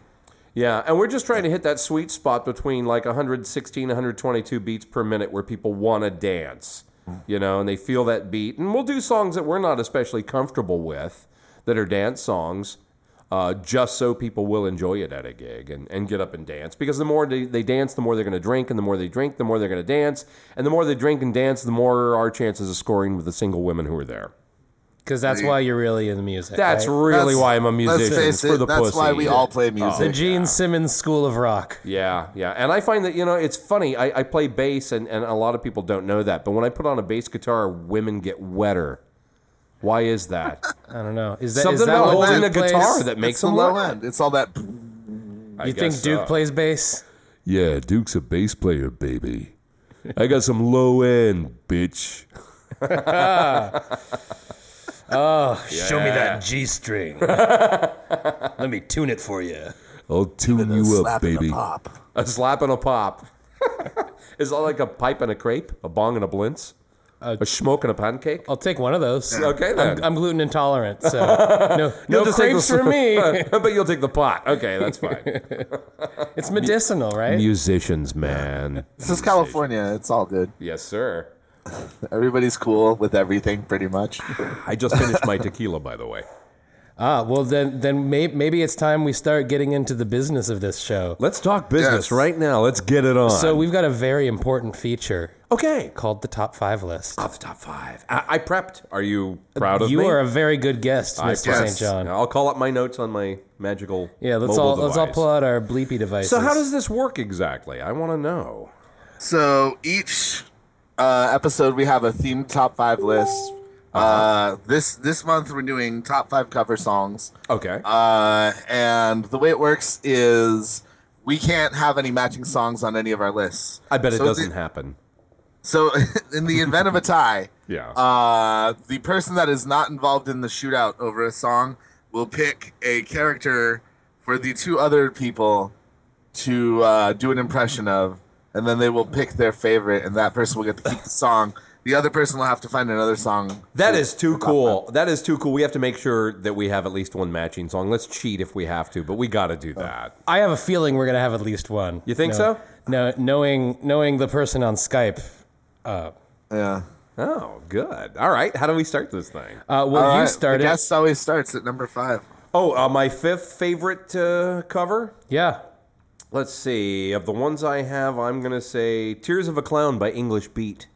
Yeah, and we're just trying to hit that sweet spot between like 116, 122 beats per minute where people want to dance, you know, and they feel that beat. And we'll do songs that we're not especially comfortable with that are dance songs uh, just so people will enjoy it at a gig and, and get up and dance. Because the more they, they dance, the more they're going to drink, and the more they drink, the more they're going to dance. And the more they drink and dance, the more our chances of scoring with the single women who are there. Because that's why you're really in the music. That's right? really That's- why I'm a let's musician. face It's for it, the that's pussy. Oh. why we all play music. the Gene Simmons School of Rock. Yeah, yeah. And I find that, you know, it's funny. I, I play bass, and, and a lot of people don't know that. But when I put on a bass guitar, women get wetter. Why is that? I don't know. Is that is Something that about what holding Duke a plays? guitar that makes It's the them low wet. end. It's all that. I You think guess uh, Duke so. plays bass? Yeah, Duke's a bass player, baby. I got some low end, bitch. Show me that <laughs> G string. Let me tune it for you. I'll tune you up, slap in the baby. pop. a slap and a pop? <laughs> is that like a pipe and a crepe, a bong and a blintz, a smoke and a pancake? I'll take one of those. Okay then. Oh, I'm gluten intolerant, <laughs> so no, no You'll just take crepes the- for me. <laughs> but you'll take the pot. Okay, that's fine. <laughs> It's medicinal, right? Musicians, man. This is California. It's all good. Yes, sir. Everybody's cool with everything, pretty much. I just finished my tequila, by the way. Ah, well then, then may, maybe it's time we start getting into the business of this show. Let's talk business Yes. right now. Let's get it on. So we've got a very important feature okay, called the top five list. Off the top five. I, I prepped. Are Uh, you proud of you me? are a very good guest, Mr. prepped. St. John. I'll call up my notes on my magical. Yeah, let's mobile all device. let's all pull out our bleepy devices. So how does this work exactly? I want to know. <laughs> So each uh, episode we have a themed top five list. uh this this month we're doing top five cover songs. Okay. Uh, and the way it works is we can't have any matching songs on any of our lists. I bet it so doesn't the- happen. So <laughs> in the event of a tie, Yeah. uh, the person that is not involved in the shootout over a song will pick a character for the two other people to uh, do an impression of, and then they will pick their favorite, and that person will get to keep the song. The other person will have to find another song. that is too cool. That is too cool. We have to make sure that we have at least one matching song. Let's cheat if we have to, but we got to do that. I have a feeling we're gonna have at least one. You think No- so? No, knowing knowing the person on Skype. Yeah. Oh, good. All right. How do we start this thing? Uh, well, All you right, started. The guest always starts at number five. oh, uh, my fifth favorite uh, cover. Yeah. Let's see. Of the ones I have, I'm gonna say "Tears of a Clown" by English Beat.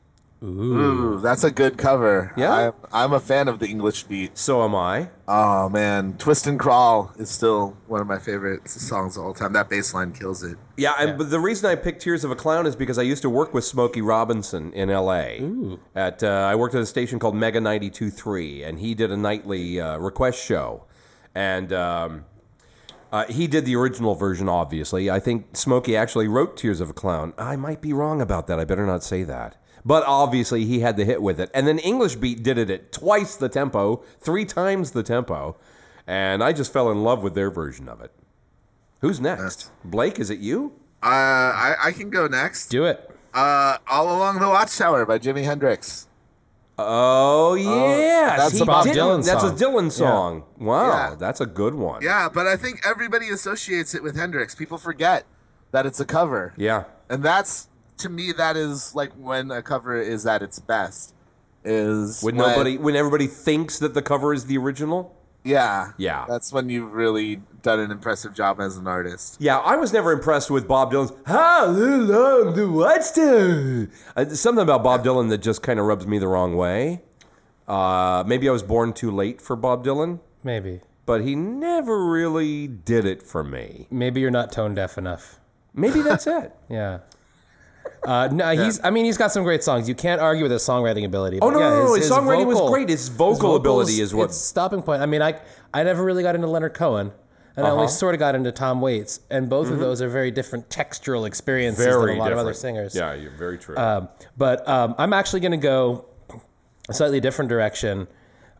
Ooh, that's a good cover. Yeah? I'm, I'm a fan of the English beat. So am I. Oh man, Twist and Crawl is still one of my favorite songs of all time. That bass line kills it. Yeah, I, but the reason I picked Tears of a Clown is because I used to work with Smokey Robinson in L.A. At uh, I worked at a station called Mega 92.3, and he did a nightly uh, request show, and um, uh, he did the original version. Obviously, I think Smokey actually wrote Tears of a Clown. I might be wrong about that. I better not say that. But obviously, he had the hit with it, and then English Beat did it at twice the tempo, three times the tempo, and I just fell in love with their version of it. Who's next? Blake, is it you? Uh, I, I can go next. Do it. Uh, All Along the Watchtower by Jimi Hendrix. Oh yeah, that's See, a Bob didn't- Dylan That's a song. Dylan Yeah. song. Wow, Yeah. that's a good one. Yeah, but I think everybody associates it with Hendrix. People forget that it's a cover. yeah. And that's to me that is like when a cover is at its best. Is When when- nobody, when everybody thinks that the cover is the original. Yeah. Yeah. That's when you've really done an impressive job as an artist. Yeah, I was never impressed with Bob Dylan's "How Long the Watchtower." Uh, there's Something about Bob Dylan that just kind of rubs me the wrong way. Uh, maybe I was born too late for Bob Dylan, Maybe. but he never really did it for me. Maybe you're not tone deaf enough. Maybe that's it. Yeah. Uh, no, he's. I mean, he's got some great songs. You can't argue with his songwriting ability. <laughs> Oh no, but yeah, no, no, his, his, songwriting was vocal- great. His vocal ability vocals, is what it's stopping point. I mean, I I never really got into Leonard Cohen, and I Uh-huh. only sort of got into Tom Waits, and both of those are very different textural experiences than a lot of other Mm-hmm. different. singers. Yeah, you're very true. But um, I'm actually going to go a slightly different direction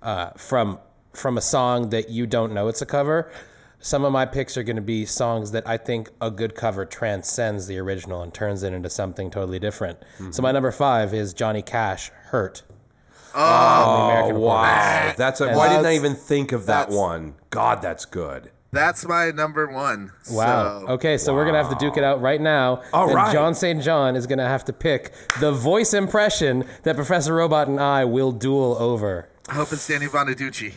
uh, from from a song that you don't know it's a cover. Some of my picks are going to be songs that I think a good cover transcends the original and turns it into something totally different. So Mm-hmm. my number five is Johnny Cash, "Hurt." oh wow, that's a, why didn't I That's- even think of that that's- one? God, that's good. That's my number one. Wow. So- okay, so we're gonna have to duke it out right now. All and right. John St. John is gonna have to pick the voice impression that Professor Robot and I will duel over. I hope it's Danny Bonaducci.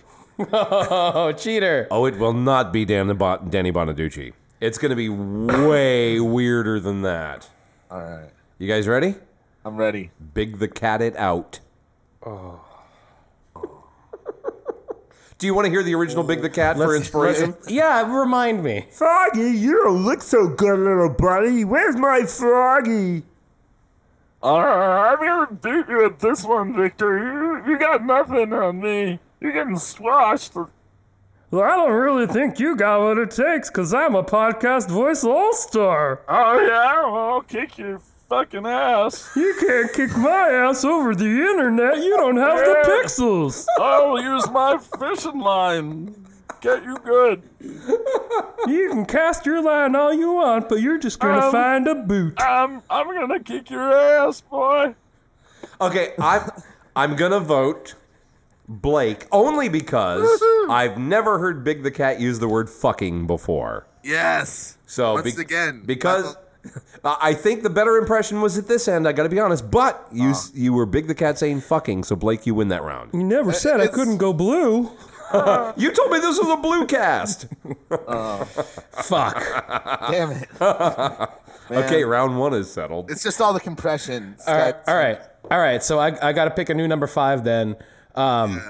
Oh, cheater! Oh, it will not be Dan the Bon- Danny Bonaducci. It's going to be way weirder than that. All right. You guys ready? I'm ready. Big the cat it out. Oh. Do you want to hear the original Big the Cat for inspiration? Yeah, remind me. Froggy, you don't look so good, little buddy. Where's my Froggy? Uh, I'm gonna beat you at this one, Victor. You, you got nothing on me. You're getting squashed. Oh, Well, I don't really think you got what it takes, cause I'm a podcast voice all star. Oh yeah, well, I'll kick your fucking ass. You can't kick my ass over the internet. You don't have <laughs> the pixels. I'll use my fishing line. Get you good. You can cast your line all you want, but you're just gonna Um, find a boot. I'm I'm gonna kick your ass, boy. Okay, I'm I'm gonna vote Blake only because I've never heard Big the Cat use the word fucking before. Yes. So once be- again, because Michael- <laughs> I I think the better impression was at this end. I got to be honest, but Oh. you s you were big the cat saying fucking, so Blake, you win that round. You never said I it's- couldn't go blue. You told me this was a blue <laughs> cast. Fuck. damn it, okay, round one is settled. it's just all the compression. All right. All right. All right. So I, I got to pick a new number five then. Um,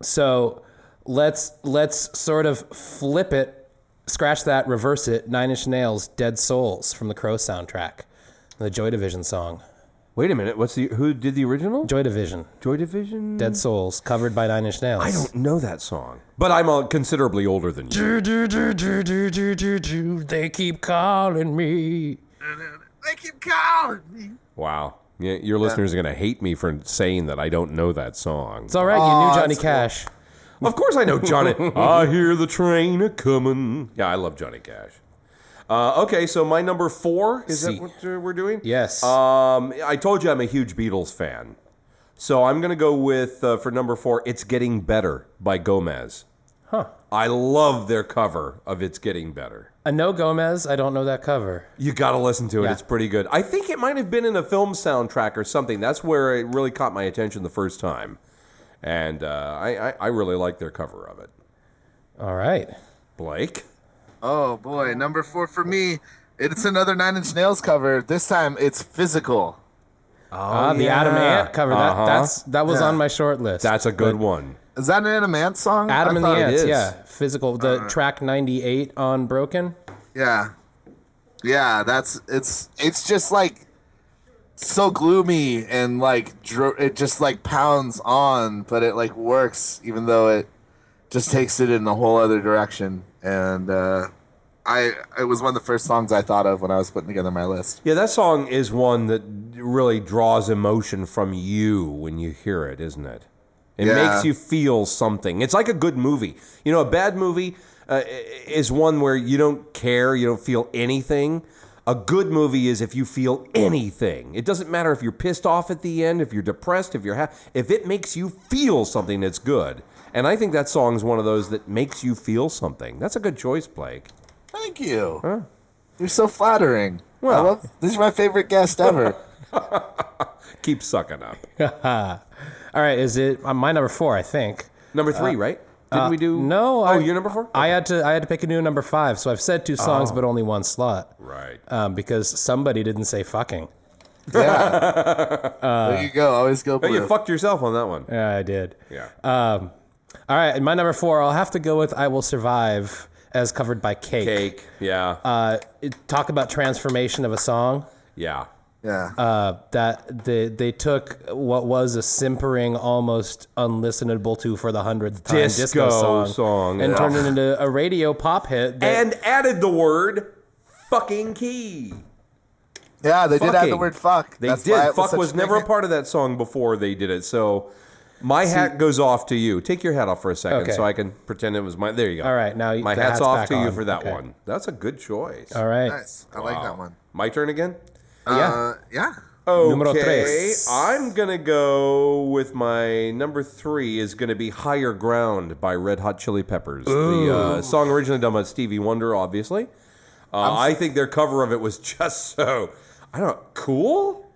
So let's let's sort of flip it, scratch that, reverse it. Nine Inch Nails, "Dead Souls" from the Crow soundtrack, the Joy Division song. Wait a minute, what's the who did the original? Joy Division, Joy Division. "Dead Souls," covered by Nine Inch Nails. I don't know that song, but I'm uh, considerably older than you. Do, do, do, do, do, do, do, do. They keep calling me. They keep calling me. Wow. Yeah, your listeners are going to hate me for saying that I don't know that song. It's all right. you Aw, knew Johnny that's Cash. Of course I know Johnny. <laughs> I hear the train a coming. Yeah, I love Johnny Cash. Uh, okay, so my number four is See. that what uh, we're doing? Yes. Um, I told you I'm a huge Beatles fan, so I'm gonna go with uh, for number four. It's getting better by Gomez. Huh. I love their cover of "It's Getting Better." I know Gomez. I don't know that cover. You got to listen to it. Yeah. It's pretty good. I think it might have been in a film soundtrack or something. That's where it really caught my attention the first time, and uh, I, I I really like their cover of it. All right. Blake. Oh boy, number four for me. It's another Nine Inch Nails cover. This time it's physical. Ah, the Adam yeah. Ant cover. That Uh-huh. that's that was Yeah. on my short list. That's a good one. Is that an Adam Ant song? I Adam and the thought- it Ants. is. Yeah, physical. The track ninety eight on Broken. Yeah. Yeah, that's it's it's just like so gloomy and like dro- it just like pounds on, but it like works even though it just takes it in a whole other direction. And uh, I it was one of the first songs I thought of when I was putting together my list. Yeah, that song is one that really draws emotion from you when you hear it, isn't it? It Yeah. makes you feel something. It's like a good movie. You know, a bad movie uh, i- is one where you don't care, you don't feel anything. A good movie is if you feel anything. It doesn't matter if you're pissed off at the end, if you're depressed, if you're happy. If it makes you feel something, it's good. And I think that song is one of those that makes you feel something. That's a good choice, Blake. Thank you. You're so flattering. Well, Well- I love, this is my <laughs> favorite guest ever. Keep sucking up. All right, is it uh, my number four? I think. Number three, right? Didn't we do? Uh, No. Oh, I, you're number four. I had to I had to pick a new number five, so I've said two Oh. songs, but only one slot. right. Um, because somebody didn't say fucking. yeah. there you go. Always go Oh, blue. Uh, you fucked yourself on that one. Yeah, I did. Yeah. Um, all right, and my number four, I'll have to go with "I Will Survive" as covered by Cake. Cake. Yeah. Uh, it, talk about transformation of a song. yeah. yeah. Uh, that they they took what was a simpering, almost unlistenable to for the hundredth time disco, Disco song, song, and yeah. turned it into a radio pop hit. That, And added the word fucking key. yeah, they did add the fucking. word fuck. They That's why did. it Fuck such was a never a big- part of that song before they did it. So my hat goes off to you. Take your hat off for a second Okay. so I can pretend it was mine. There you go. All right, now my the hat's, hat's off back to you on. for that Okay. one. That's a good choice. all right, Nice. I like that one. My turn again. yeah. Uh, yeah. Numero Okay, tres. I'm gonna go with my number three is gonna be "Higher Ground" by Red Hot Chili Peppers. The uh, song originally done by Stevie Wonder, obviously. Uh, I think their cover of it was <laughs> just so I don't know, cool.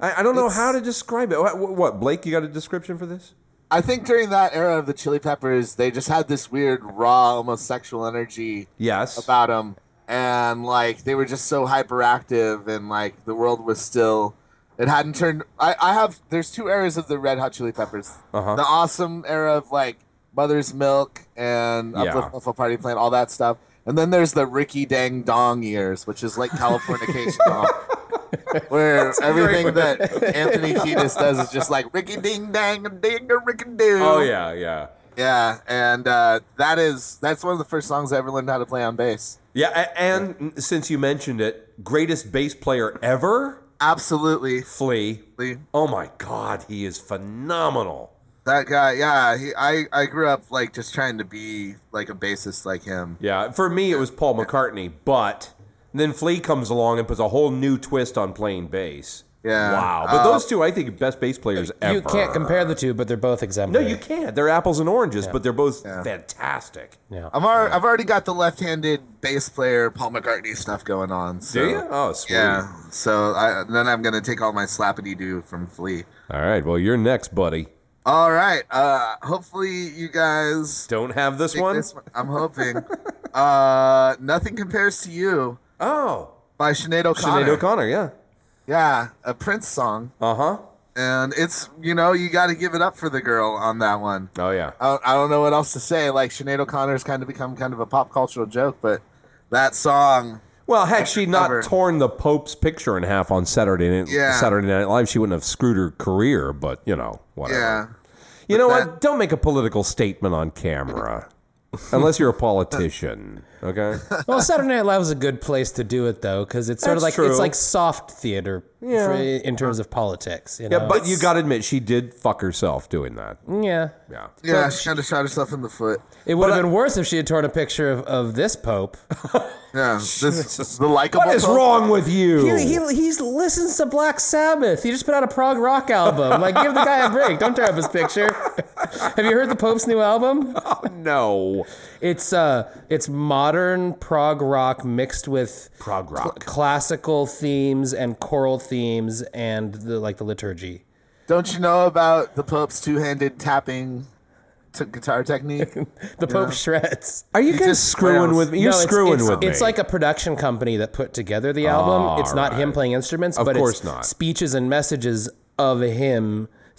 I, I don't know how to describe it. What, what Blake? You got a description for this? I think during that era of the Chili Peppers, they just had this weird, raw, almost sexual energy Yes. about them, and like they were just so hyperactive, and like the world was still, it hadn't turned. I, I have there's two eras of the Red Hot Chili Peppers: Uh-huh. the awesome era of like Mother's Milk and Yeah. Uplift Muffle Party Plan, all that stuff, and then there's the Ricky Dang Dong years, which is <laughs> like Californication. Dong. Where everything that Anthony Kiedis does is just like Ricky Ding Dang Ding a Ricky Doo. oh yeah, yeah, Yeah, and uh, that is that's one of the first songs I ever learned how to play on bass. yeah. a- And since you mentioned it, greatest bass player ever, Absolutely, Flea. Flea. Oh my God, he is phenomenal. that guy. Yeah, he, I I grew up like just trying to be like a bassist like him. Yeah, for me it was Paul McCartney, but then Flea comes along and puts a whole new twist on playing bass. Yeah. Wow. But Uh, those two, I think, best bass players ever. You can't compare the two, but they're both No, exemplary. you can't. They're apples and oranges, but they're both fantastic. Yeah. I've already, I've already got the left-handed bass player Paul McCartney stuff going on. So. Do you? Oh, sweet. Yeah. So I, then I'm gonna take all my slappity do from Flea. All right. Well, you're next, buddy. All right. Uh, hopefully you guys Don't have this pick one? this one. I'm hoping. uh, nothing compares to you Oh. by Sinead O'Connor. Sinead O'Connor, yeah. Yeah, a Prince song, Uh huh. and it's you know you got to give it up for the girl on that one. Oh, yeah. I don't, I don't know what else to say. Like Sinead O'Connor's kind of become kind of a pop cultural joke, but that song, Well, had she not cover. torn the Pope's picture in half on Saturday Night, Yeah. Saturday Night Live, she wouldn't have screwed her career, but, you know, whatever. yeah, You know that- what? Don't make a political statement on camera. Unless you're a politician, <laughs> okay? Well, Saturday Night Live is a good place to do it though, because it's sort of That's like true. it's like soft theater Yeah. for, in terms of politics. You know? Yeah, but you got to admit she did fuck herself doing that. yeah, Yeah. yeah. She kind of shot herself in the foot. it would have I- been worse if she had torn a picture of, of this pope. Yeah, <laughs> this the likable. What is Pope. wrong with you? He, he he's listens to Black Sabbath. He just put out a prog rock album. Like, give the guy a break. Don't tear up his picture. <laughs> have you heard the Pope's new album? no. It's uh, it's modern prog rock mixed with Prog cl- rock. classical themes and choral themes and the like the liturgy. Don't you know about the Pope's two-handed tapping? t- guitar <laughs> technique. The Pope shreds. Are you guys just screwing clowns. with me? You're No, it's- screwing it's, with me. Ah, It's like a production company that put together the album. it's not him playing instruments, but course it's not. speeches and messages of him Did-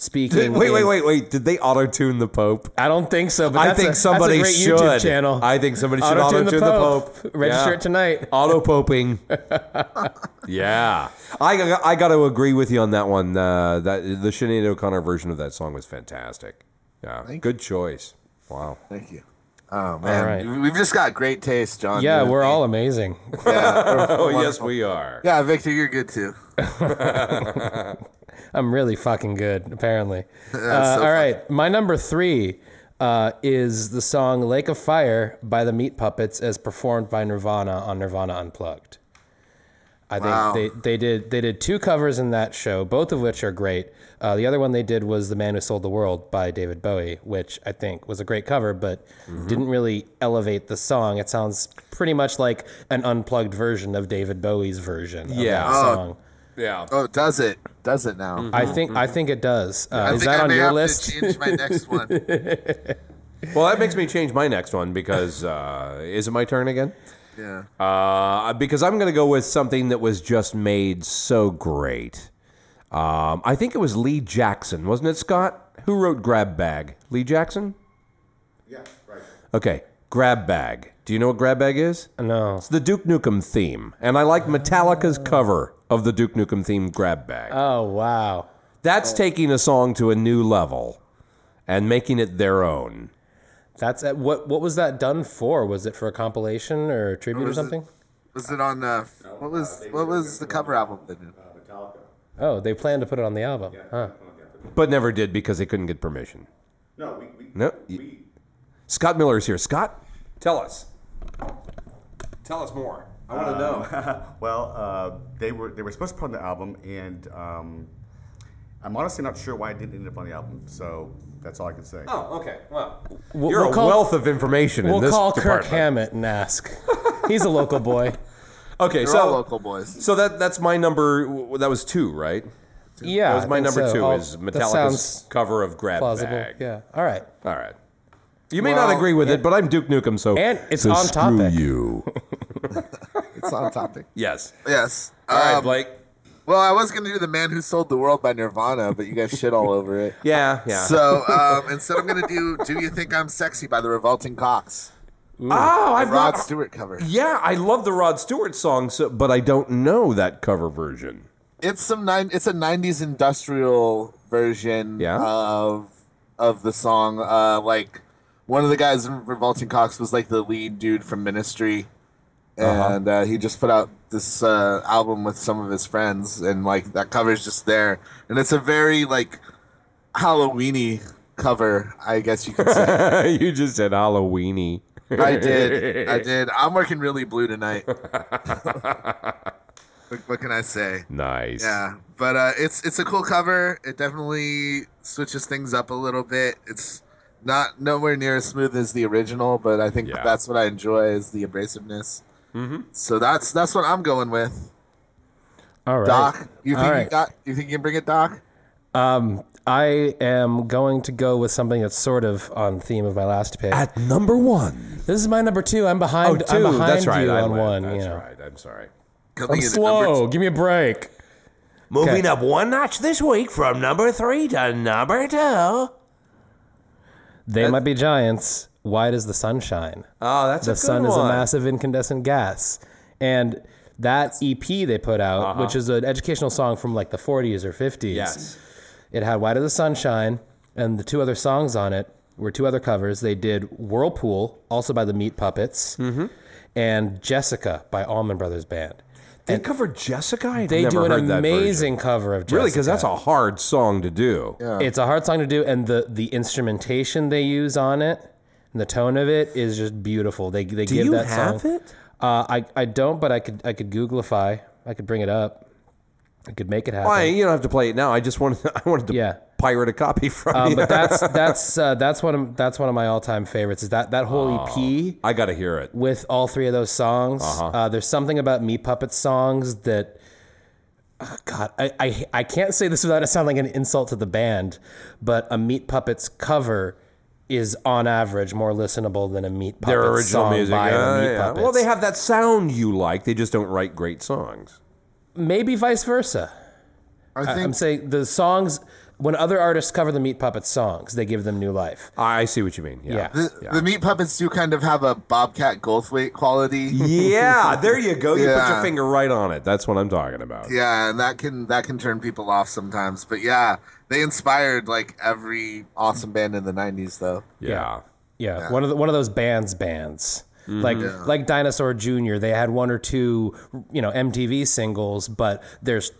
<laughs> speaking. wait, wait, in- wait, wait. Did they auto tune the Pope? I don't think so. But I that's think a, somebody that's a great should. YouTube channel. I think somebody should Auto-tune auto tune the Pope. Register Yeah. <laughs> it tonight. Auto <laughs> poping. yeah, I I got to agree with you on that one. Uh, that the Sinead O'Connor version of that song was fantastic. Yeah, good choice. <laughs> Wow. Thank you. Oh man, right. we've just got great taste, John. Yeah, You're- we're all amazing. <laughs> Oh yes, we are. Yeah, Victor, you're good too. I'm really fucking good, <laughs> apparently. Uh, so all right, my number three uh, is the song "Lake of Fire" by the Meat Puppets, as performed by Nirvana on Nirvana Unplugged. I think Wow. they, they did they did two covers in that show, both of which are great. Uh, the other one they did was "The Man Who Sold the World" by David Bowie, which I think was a great cover, but Mm-hmm. didn't really elevate the song. It sounds pretty much like an unplugged version of David Bowie's version. Yeah. of that Oh, song. Yeah. Oh, does it? Does it now? I think I think it does. Mm-hmm. Uh, I Mm. is think that I on may your have list? to change my next one. <laughs> Well, that makes me change my next one because uh, is it my turn again? Yeah. Uh, because I'm going to go with something that was just made so great. Um, I think it was Lee Jackson, wasn't it, Scott? Who wrote Grab Bag? Lee Jackson? Yeah, right. Okay, Grab Bag. Do you know what Grab Bag is? No. It's the Duke Nukem theme. And I like Metallica's cover of the Duke Nukem theme, Grab Bag. Uh, Oh wow. oh. That's taking a song to a new level and making it their own. That's uh, what. What was that done for? Was it for a compilation or a tribute or was it? something? Was it on uh, what was what was the cover album they did? Oh, they planned to put it on the album. Huh. But never did because they couldn't get permission. No, we, we, No, y- we Scott Miller is here. Scott, tell us. Tell us more. I want to know. <laughs> Well, uh, they were they were supposed to put on the album, and um, I'm honestly not sure why it didn't end up on the album. So that's all I can say. Oh, okay. Well, We'll, you're we'll a call, wealth of information in We'll this call Kirk department. Hammett and ask. <laughs> He's a <laughs> local boy. Okay, They're so all local boys. so that that's my number. w- That was two, right? Yeah, That was I my think number so. two. Oh, Is that Metallica's sounds cover of Grab plausible? Bag? Yeah. All right. All right. You may not Well, agree with it, but I'm Duke Nukem, so And it's so on screw topic. <laughs> you. It's on topic. yes. <laughs> yes. All right, Um, Blake. well, I was gonna do the Man Who Sold the World by Nirvana, but you guys <laughs> shit all over it. Yeah, yeah. So um, instead, I'm gonna do "Do You Think I'm Sexy" by the Revolting Cox, oh, I've Rod not- Stewart cover. Yeah, I love the Rod Stewart song, so, but I don't know that cover version. <laughs> It's some nine. It's a '90s industrial version Yeah. of of the song. Uh, like one of the guys in Revolting Cox was like the lead dude from Ministry, and uh, he just put out this uh, album with some of his friends, and like that cover's just there, and it's a very like Halloweeny cover, I guess <laughs> you could say. you just said Halloweeny. I did. I did. I'm working really blue tonight. <laughs> what, what can I say? Nice. Yeah, but uh, it's it's a cool cover. It definitely switches things up a little bit. It's not nowhere near as smooth as the original, but I think Yeah. that's what I enjoy is the abrasiveness. Mm-hmm. So that's that's what I'm going with. All right. Doc, you All think you right. got? You think you can bring it, Doc? I am going to go with something that's sort of on theme of my last pick. At number one. this is my number two. I'm Oh, behind. two. I'm behind That's right. you I on went. one. That's you know. right. I'm sorry. Coming I'm in at number slow. Give me a break. Moving Okay. up one notch this week from number three to number two. Oh, They might be giants. Why does the sun shine? that's the sun is a massive incandescent gas and that ep they put out which is an educational song from like the 40s or 50s Uh-huh. Yes. it had why does the sun shine and the two other songs on it were two other covers they did whirlpool also by the meat puppets Mm-hmm. and jessica by allman brothers band They covered Jessica. i they never do an heard that version. amazing cover of jessica Really, because that's a hard song to do. it's a hard song to do and the the instrumentation they use on it and the tone of it is just beautiful they, they Do give you that have song it? uh, i i don't but i could i could googlify i could bring it up i could make it happen Why you don't have to play it now? I just wanted. I wanted to <laughs> Yeah. pirate a copy from um, you. but that's that's uh, that's one of that's one of my all-time favorites is that that whole E ep <laughs> I gotta hear it. with all three of those songs. Uh-huh. Uh, there's something about Me Puppet songs that, Ah, God, I, I I can't say this without it sounding like an insult to the band, but a Meat Puppets cover is on average more listenable than a Meat Puppets Their original song music. by Yeah, the Meat yeah. Puppets. Well, they have that sound you like. They just don't write great songs. maybe vice versa. I I- think I'm saying the songs when other artists cover the Meat Puppets songs, they give them new life. I see what you mean. Yeah. Yeah. the, the meat puppets do kind of have a Bobcat Goldthwait quality. <laughs> Yeah, there you go. You put your Yeah. finger right on it. That's what I'm talking about. Yeah, and that can that can turn people off sometimes. But yeah, they inspired like every awesome band in the '90s, though. yeah. Mm-hmm. Yeah, one of the, one of those bands bands. Like like Dinosaur Jr., they had one or two, you know, MTV singles, but there's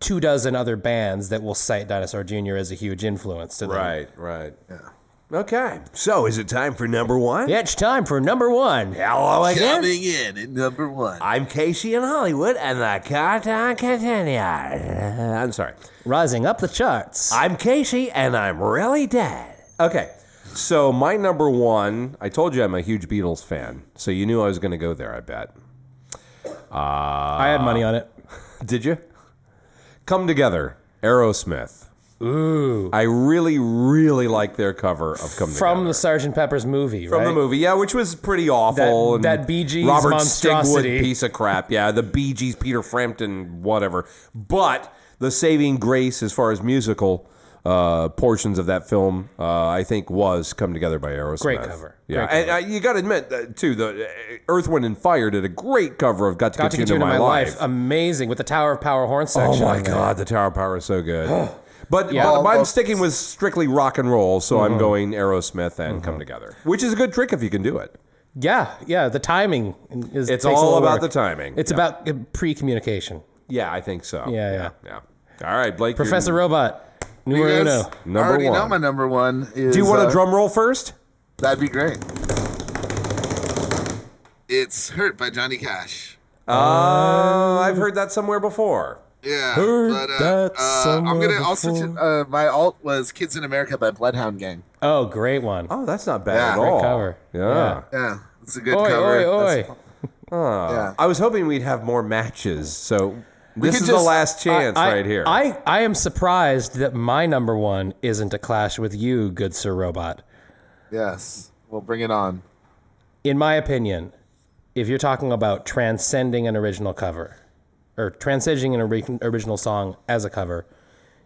two dozen other bands that will cite Dinosaur Jr. as a huge influence to them. Right, right. Okay. So is it time for number one? Yeah, it's time for number one. Hello again. Coming in at number one. I'm Casey in Hollywood, and the countdown continues. I'm sorry. Rising up the charts. I'm Casey, and I'm really dead. Okay. So my number one, I told you I'm a huge Beatles fan, so you knew I was going to go there. I bet. Ah, I had money on it. Did you? Come together, Aerosmith. Ooh. I really, really like their cover of Come From Together. the Sgt. Pepper's movie, from right? the movie, yeah, which was pretty awful. That- and that Bee Gees Robert monstrosity. Stigwood piece of crap. Yeah, the Bee Gees, Peter Frampton, whatever. But the saving grace, as far as musical uh, portions of that film, uh, I think was "Come Together" by Aerosmith. Great cover. Yeah, Great and uh, you got to admit uh, too, the uh, Earth, Wind, and Fire did a great cover of "Got to, Got Get, to You Get You Into Into My Life. life. Amazing. With the Tower of Power horn Oh section. my on there. God, the Tower of Power is so good. <gasps> But, Yeah. Mm-hmm. but I'm Well, sticking with strictly rock and roll, so I'm going Aerosmith and Come Together, which is a good trick if you can do it. Yeah, yeah. The timing is It's takes a little all about work. the timing. Mm-hmm. It's about uh, pre-communication. Yeah, I think so. Yeah, yeah. yeah. All right, Blake. you're- Professor Robot, numero You guys uno. Number already know one. my number one is. do you want uh, a drum roll first? That'd be great. It's "Hurt" by Johnny Cash. Uh, I've heard that somewhere before. Yeah, Heard but uh, that uh, I'm somewhere gonna also. before. T- uh, my alt was "Kids in America" by Bloodhound Gang. Oh, great one. Oh, that's not bad Yeah. at Great all. cover. Yeah. Yeah, it's a good Oi, cover. oi, oi. Uh, That's- yeah. I was hoping we'd have more matches, so this could is the just- last chance I, right here. I, I am surprised that my number one isn't a clash with you, good Sir Robot. yes, we'll bring it on. In my opinion, if you're talking about transcending an original cover or transcending an ori- original song as a cover,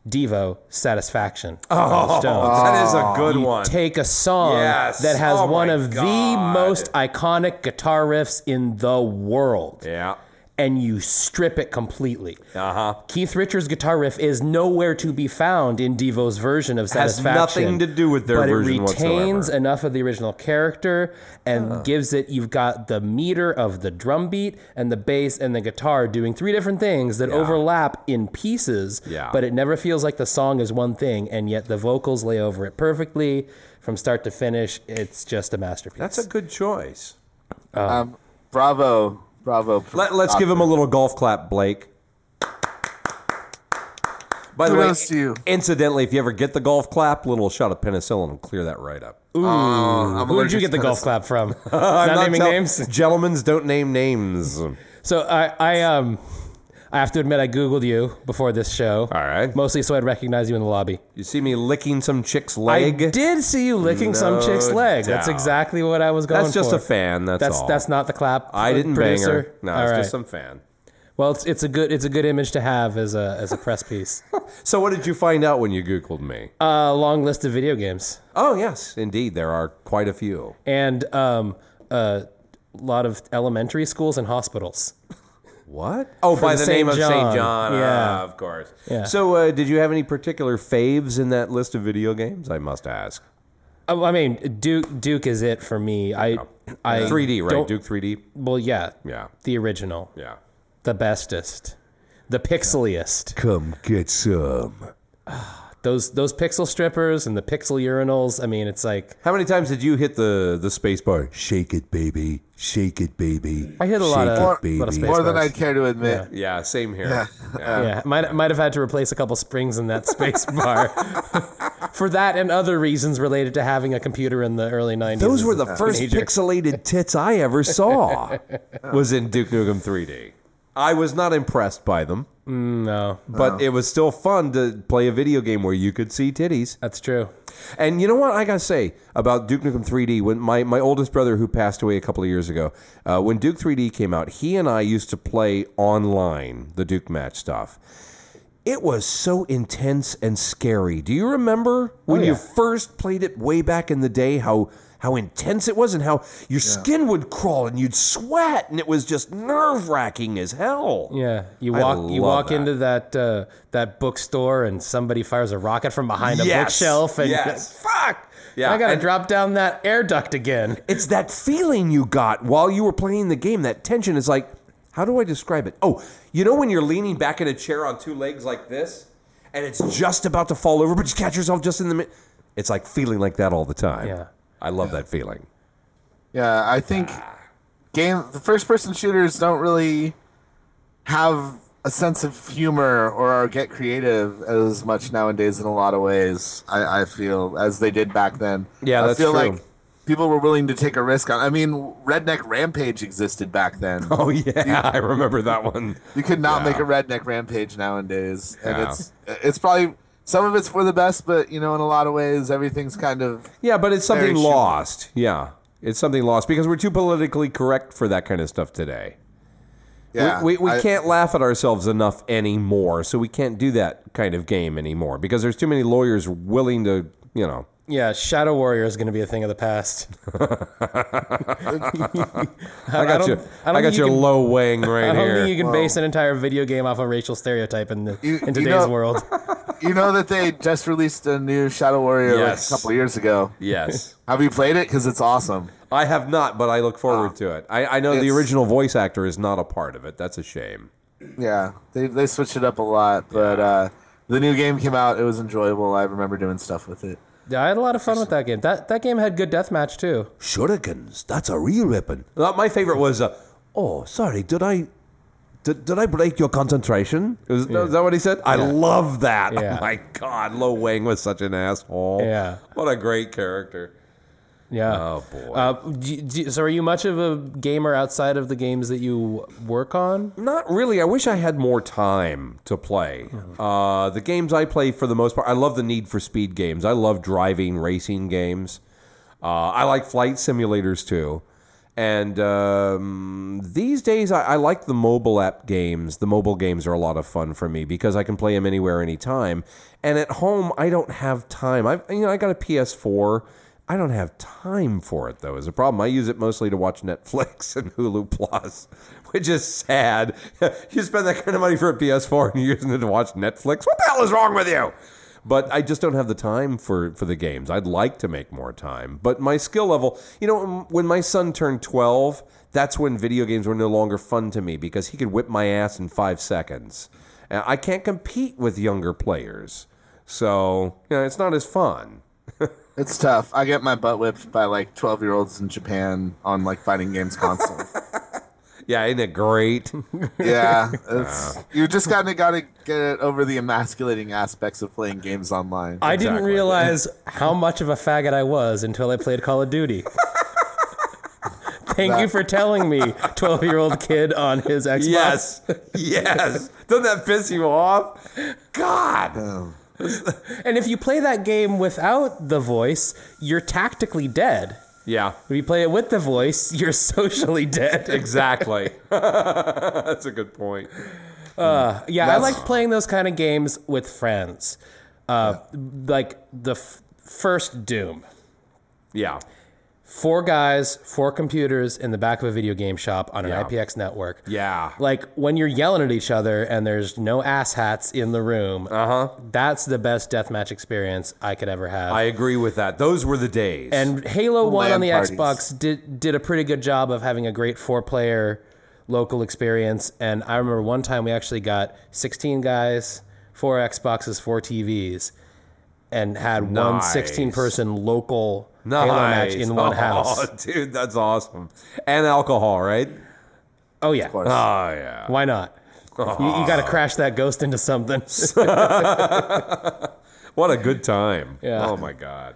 Devo Satisfaction. Oh, that is a good one. Take a song Yes. that has Oh one my of God. the most iconic guitar riffs in the world. yeah. and you strip it completely. Uh huh. Keith Richards' guitar riff is nowhere to be found in Devo's version of Has Satisfaction. nothing to do with their but version it retains whatsoever. enough of the original character and gives it. You've got the meter of the drum beat and the bass and the guitar doing three different things that overlap in pieces. Yeah. But it never feels like the song is one thing, and yet the vocals lay over it perfectly from start to finish. It's just a masterpiece. That's a good choice. Um, bravo, bravo. Let, let's give him a little golf clap, Blake. By the Kudos to you. way, incidentally, if you ever get the golf clap, little shot of penicillin will clear that right up. Oh, Who did you get the golf <laughs> clap from? not, naming tell- names. <laughs> Gentlemen's don't name names. All So I, I um I have to admit I googled you before this show. right. Mostly so I'd recognize you in the lobby. You see me licking some chick's leg? I did see you licking some No chick's leg. That's doubt. exactly what I was going That's just for. a fan. That's, That's all. that's not the clap. I didn't producer. bang her. No, All it's right. just some fan. Well, it's it's a good it's a good image to have as a as a <laughs> press piece. So what did you find out when you Googled me? uh, long list of video games oh, yes. Indeed, there are quite a few. and um a lot of elementary schools and hospitals. What? Oh, by the the, Saint name of St. John. John. Yeah. Ah, of course. Yeah. So, uh, did you have any particular faves in that list of video games? I must ask. Um, I, I mean, Duke Duke is it for me. I I 3D, right? don't- Duke 3D? Well, yeah, Yeah. the original. Yeah. the bestest, the pixeliest. Come get some. Those those pixel strippers and the pixel urinals. I mean, it's like How many times did you hit the, the space bar? Shake it, baby. Shake it, baby. I hit a lot Shake of- it, lot of baby. space. More than I'd care to admit. Yeah, same here. yeah, might might have had to replace a couple springs in that <laughs> space bar <laughs> for that and other reasons related to having a computer in the early nineties. Those <laughs> were the first pixelated tits I ever saw. was in Duke Nukem 3D. I was not impressed by them, Mm, No, but it was still fun to play a video game where you could see titties. that's true. And you know what I gotta say about Duke Nukem 3D? When my, my oldest brother, who passed away a couple of years ago, uh, when Duke 3D came out, he and I used to play online the Duke match stuff. It was so intense and scary. Do you remember when Oh, yeah. you first played it way back in the day? How how intense it was and how your skin would crawl and you'd sweat and it was just nerve wracking as hell. Yeah, you I walk love you walk that. into that uh, that bookstore and somebody fires a rocket from behind a Yes. bookshelf and you're <laughs> Yes. like, fuck. Yeah, I gotta and- drop down that air duct again. It's that feeling you got while you were playing the game. That tension is like, how do I describe it? Oh, you know when you're leaning back in a chair on two legs like this, and it's just about to fall over, but you catch yourself just in the mid. It's like feeling like that all the time. Yeah. I love that feeling. Yeah, I think game the first person shooters don't really have a sense of humor or get creative as much nowadays in a lot of ways. I, I feel as they did back then. Yeah, I that's feel true. like people were willing to take a risk on. I mean, Redneck Rampage existed back <laughs> then. Oh yeah, I remember that one. You could not Yeah. make a redneck rampage nowadays, and Yeah. it's it's probably some of it's for the best, but you know, in a lot of ways, everything's kind of Yeah, but it's something Very sure. lost. Yeah, it's something lost because we're too politically correct for that kind of stuff today. yeah. we, we, we I- can't laugh at ourselves enough anymore, so we can't do that kind of game anymore because there's too many lawyers willing to, you know. Yeah, Shadow Warrior is gonna be a thing of the past. I got don't- you. I I, got don't think you your can- low wing right I don't here. think you can base an entire video game off a racial stereotype in, the, You- in you today's know- <laughs> world. You know that they just released a new Shadow Warrior like, Yes. a couple years ago. yes, Have you played it? Because it's awesome. I have not, but I Ah. look forward to it. I, I know the It's- original voice actor is not a part of it. That's a shame. Yeah, they they switched it up a lot, but uh, the new game came out. It was enjoyable. I remember doing stuff with it. Yeah, I had a lot of fun with that game. That that game had good deathmatch too. Shurikens, that's a real weapon. Uh, My favorite was. Uh, Oh, sorry, did I. Did, did I break your concentration? is, is that what he said? I love that. Yeah. Oh <laughs> my God, Lo Wang was such an asshole. Yeah. what a great character. Yeah. Oh, boy. Uh, do, do, so, are you much of a gamer outside of the games that you work on? Not really. I wish I had more time to play. Uh, the games I play, for the most part, I love the Need for Speed games. I love driving, racing games. Uh, I like flight simulators too. And um, these days, I, I like the mobile app games. The mobile games are a lot of fun for me because I can play them anywhere, anytime. And at home, I don't have time. I've you know I got a PS4. I don't have time for it though. Is a problem. I use it mostly to watch Netflix <laughs> and Hulu Plus, which is sad. <laughs> you spend that kind of money for a PS4 and you're using it to watch Netflix. What the hell is wrong with you? But I just don't have the time for, for the games. I'd like to make more time, but my skill level, you know, when my son turned 12, that's when video games were no longer fun to me because he could whip my ass in five seconds. And I can't compete with younger players. So, you know, it's not as fun. It's tough. I get my butt whipped by like twelve year olds in Japan on like fighting <laughs> games constantly. Yeah, isn't it great? <laughs> yeah, it's, you just kind of got to get it over the emasculating aspects of playing games online. I didn't Exactly. realize how much of a faggot I was until I played Call <laughs> of Duty. Thank you for telling me, 12 year old kid on his Xbox. yes. <laughs> yes. Doesn't that piss you off? God. And if you play that game without the voice, you're tactically dead. Yeah. If you play it with the voice, <laughs> you're <laughs> socially dead. Exactly. That's a good point. Yeah, I liked playing those kind of games with friends. Uh, Like the f- first Doom. Yeah. Four guys, four computers in the back of a video game shop on an Yeah. IPX network. Yeah. Like when you're yelling at each other and there's no ass hats in the room, uh-huh. that's the best deathmatch experience I could ever have. I agree with that. Those were the days. and Halo 1 on LAN the parties. Xbox did did a pretty good job of having a great four player local experience and I remember one time we actually got 16 guys, four Xboxes, four TVs and had one Nice. 16 person local nice. Halo match in one <laughs> Oh, house. dude, that's awesome. And alcohol, right? Oh yeah. Oh yeah. Why not? You, you got to crash that ghost into something. <laughs> What a good time. Yeah. Oh my god.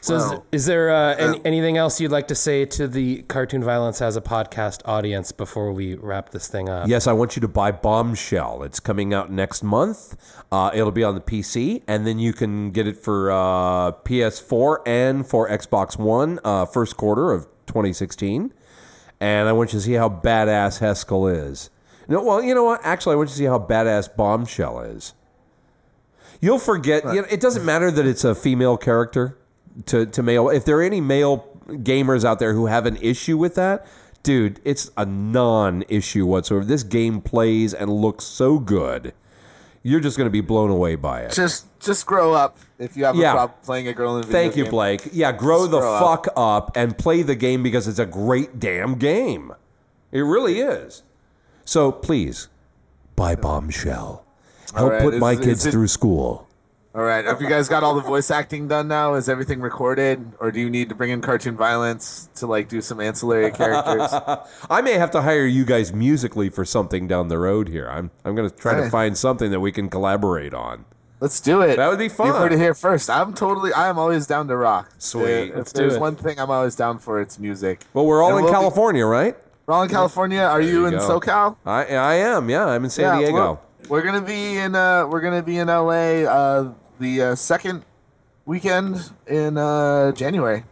So is, Wow. is there uh, any, anything else you'd like to say to the Cartoon Violence as a podcast audience before we wrap this thing up? Yes, I want you to buy Bombshell. It's coming out next month. Uh, it'll be on the PC, and then you can get it for uh, PS4 and for Xbox One uh, first quarter of 2016. And I want you to see how badass Heskel is. No, well, you know what? Actually, I want you to see how badass Bombshell is. You'll forget. You know, it doesn't matter that it's a female character to, to male. If there are any male gamers out there who have an issue with that, dude, it's a non issue whatsoever. This game plays and looks so good. You're just going to be blown away by it. Just just grow up if you have Yeah. a problem playing a girl in a video Thank you, game. Blake. Yeah, grow Just the grow up. fuck up and play the game because it's a great damn game. It really is. So please, buy Bombshell. Help right, put is- my is kids it- through school. All right. Have you guys got all the voice acting done now? Is everything recorded, or do you need to bring in cartoon violence to like do some ancillary <laughs> characters? I may have to hire you guys musically for something down the road here. I'm I'm going to try to Hey. find something that we can collaborate on. Let's do it. That would be You fun. heard it here first. I'm totally. I am always down to rock. Sweet. If Let's do there's it. one thing I'm always down for, it's music. Well, we're all And in we'll be- California, right? we're all in California. Are you, in go. SoCal? I I am. Yeah, I'm in San Yeah, Diego. We're, we're gonna be in. Uh, we're gonna be in LA. Uh, the uh, second weekend in uh, January.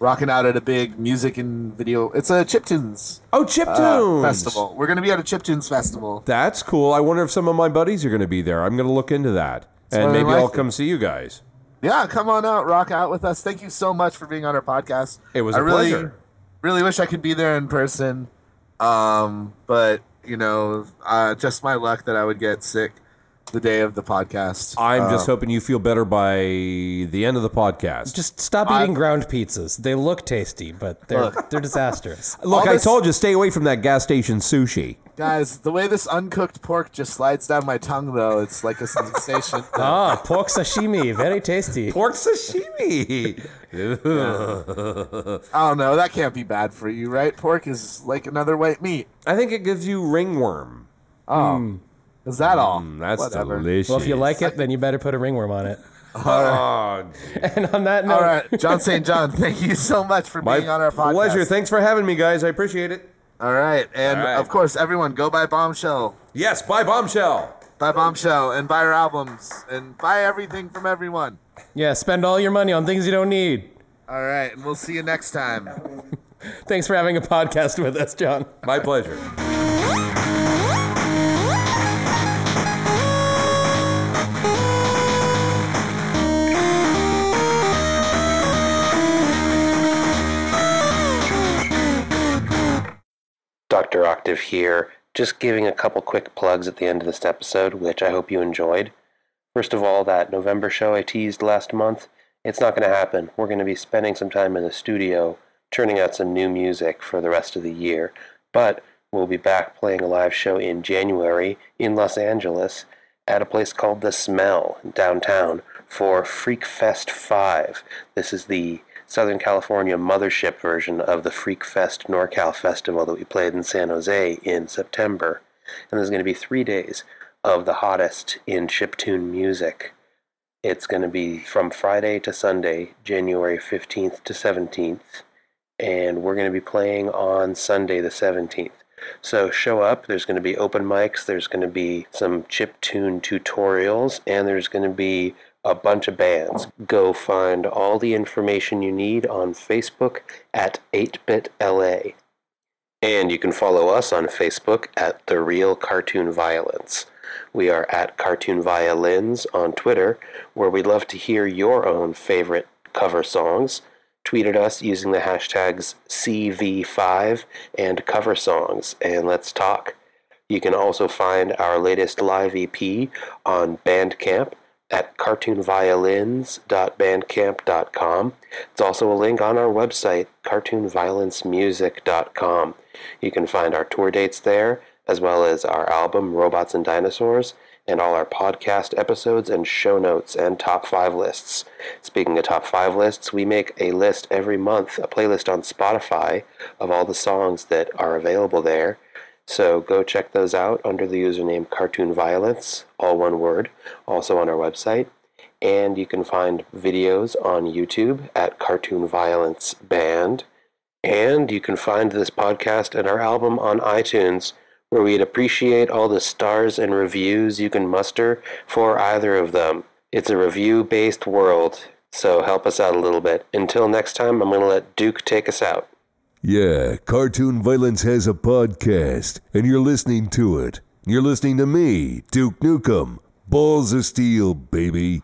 Rocking out at a big music and video. It's a Chiptunes Oh, Chiptunes uh, festival. We're gonna be at a Chiptunes festival. That's cool. I wonder if some of my buddies are going to be there. I'm going to look into that, and more than maybe I'll likely. come see you guys. Yeah, come on out, rock out with us. Thank you so much for being on our podcast. It was I a really, pleasure. Really wish I could be there in person, um, but you know, uh, just my luck that I would get sick the day of the podcast. I'm just Uh. hoping you feel better by the end of the podcast. Just stop eating ground pizzas. They look tasty, but they're they're disastrous. <laughs> look, all I this- told you, stay away from that gas station sushi. Guys, the way this uncooked pork just slides down my tongue, though, it's like a sensation. Ah, pork sashimi, very tasty. Pork sashimi. I don't know. That can't be bad for you, right? Pork is like another white meat. <laughs> I think it gives you ringworm. Is that all? Mm, That's Whatever. delicious. Well, if you like it, then you better put a ringworm on it. <laughs> Oh, And on that note, All right, John St. John, thank you so much for My being on our podcast. pleasure. Thanks for having me, guys. I appreciate it. All right, and All right. of course, everyone go buy Bombshell, Yes, bye, Bombshell. buy Bombshell, and buy our albums, and buy everything from everyone. yeah, spend all your money on things you don't need. All right, and we'll see you next time. Thanks for having a podcast with us, John. My pleasure. Dr. Octave here, just giving a couple quick plugs at the end of this episode, which I hope you enjoyed. First of all, that November show I teased last month, it's not going to happen. We're going to be spending some time in the studio churning out some new music for the rest of the year, but we'll be back playing a live show in January in Los Angeles at a place called The Smell downtown for Freak Fest 5. This is the Southern California mothership version of the Freak Fest NorCal Festival that we played in San Jose in September. And there's going to be three days of the hottest in chiptune music. It's going to be from Friday to Sunday, January 15th to 17th, and we're going to be playing on Sunday the 17th. So show up. There's going to be open mics. There's going to be some chip tune tutorials, and there's going to be a bunch of bands. Go find all the information you need on Facebook at 8BitLA. And you can follow us on Facebook at The Real Cartoon Violence. We are at Cartoon Violins on Twitter, where we love to hear your own favorite cover songs. Tweet at us using the hashtags CV5 and cover songs, and let's talk. You can also find our latest live EP on Bandcamp at cartoonviolins.bandcamp.com. It's also a link on our website, cartoonviolencemusic.com. You can find our tour dates there, as well as our album, Robots and Dinosaurs, and all our podcast episodes and show notes and top five lists. Speaking of top five lists, we make a list every month, a playlist on Spotify of all the songs that are available there. So go check those out under the username Cartoon Violence, all one word, also on our website. And you can find videos on YouTube at Cartoon Violence Band. And you can find this podcast and our album on iTunes, where we'd appreciate all the stars and reviews you can muster for either of them. It's a review based world, so help us out a little bit. Until next time, I'm going to let Duke take us out. Yeah, Cartoon Violence has a podcast, and you're listening to it. You're listening to me, Duke Nukem. Balls of Steel, baby.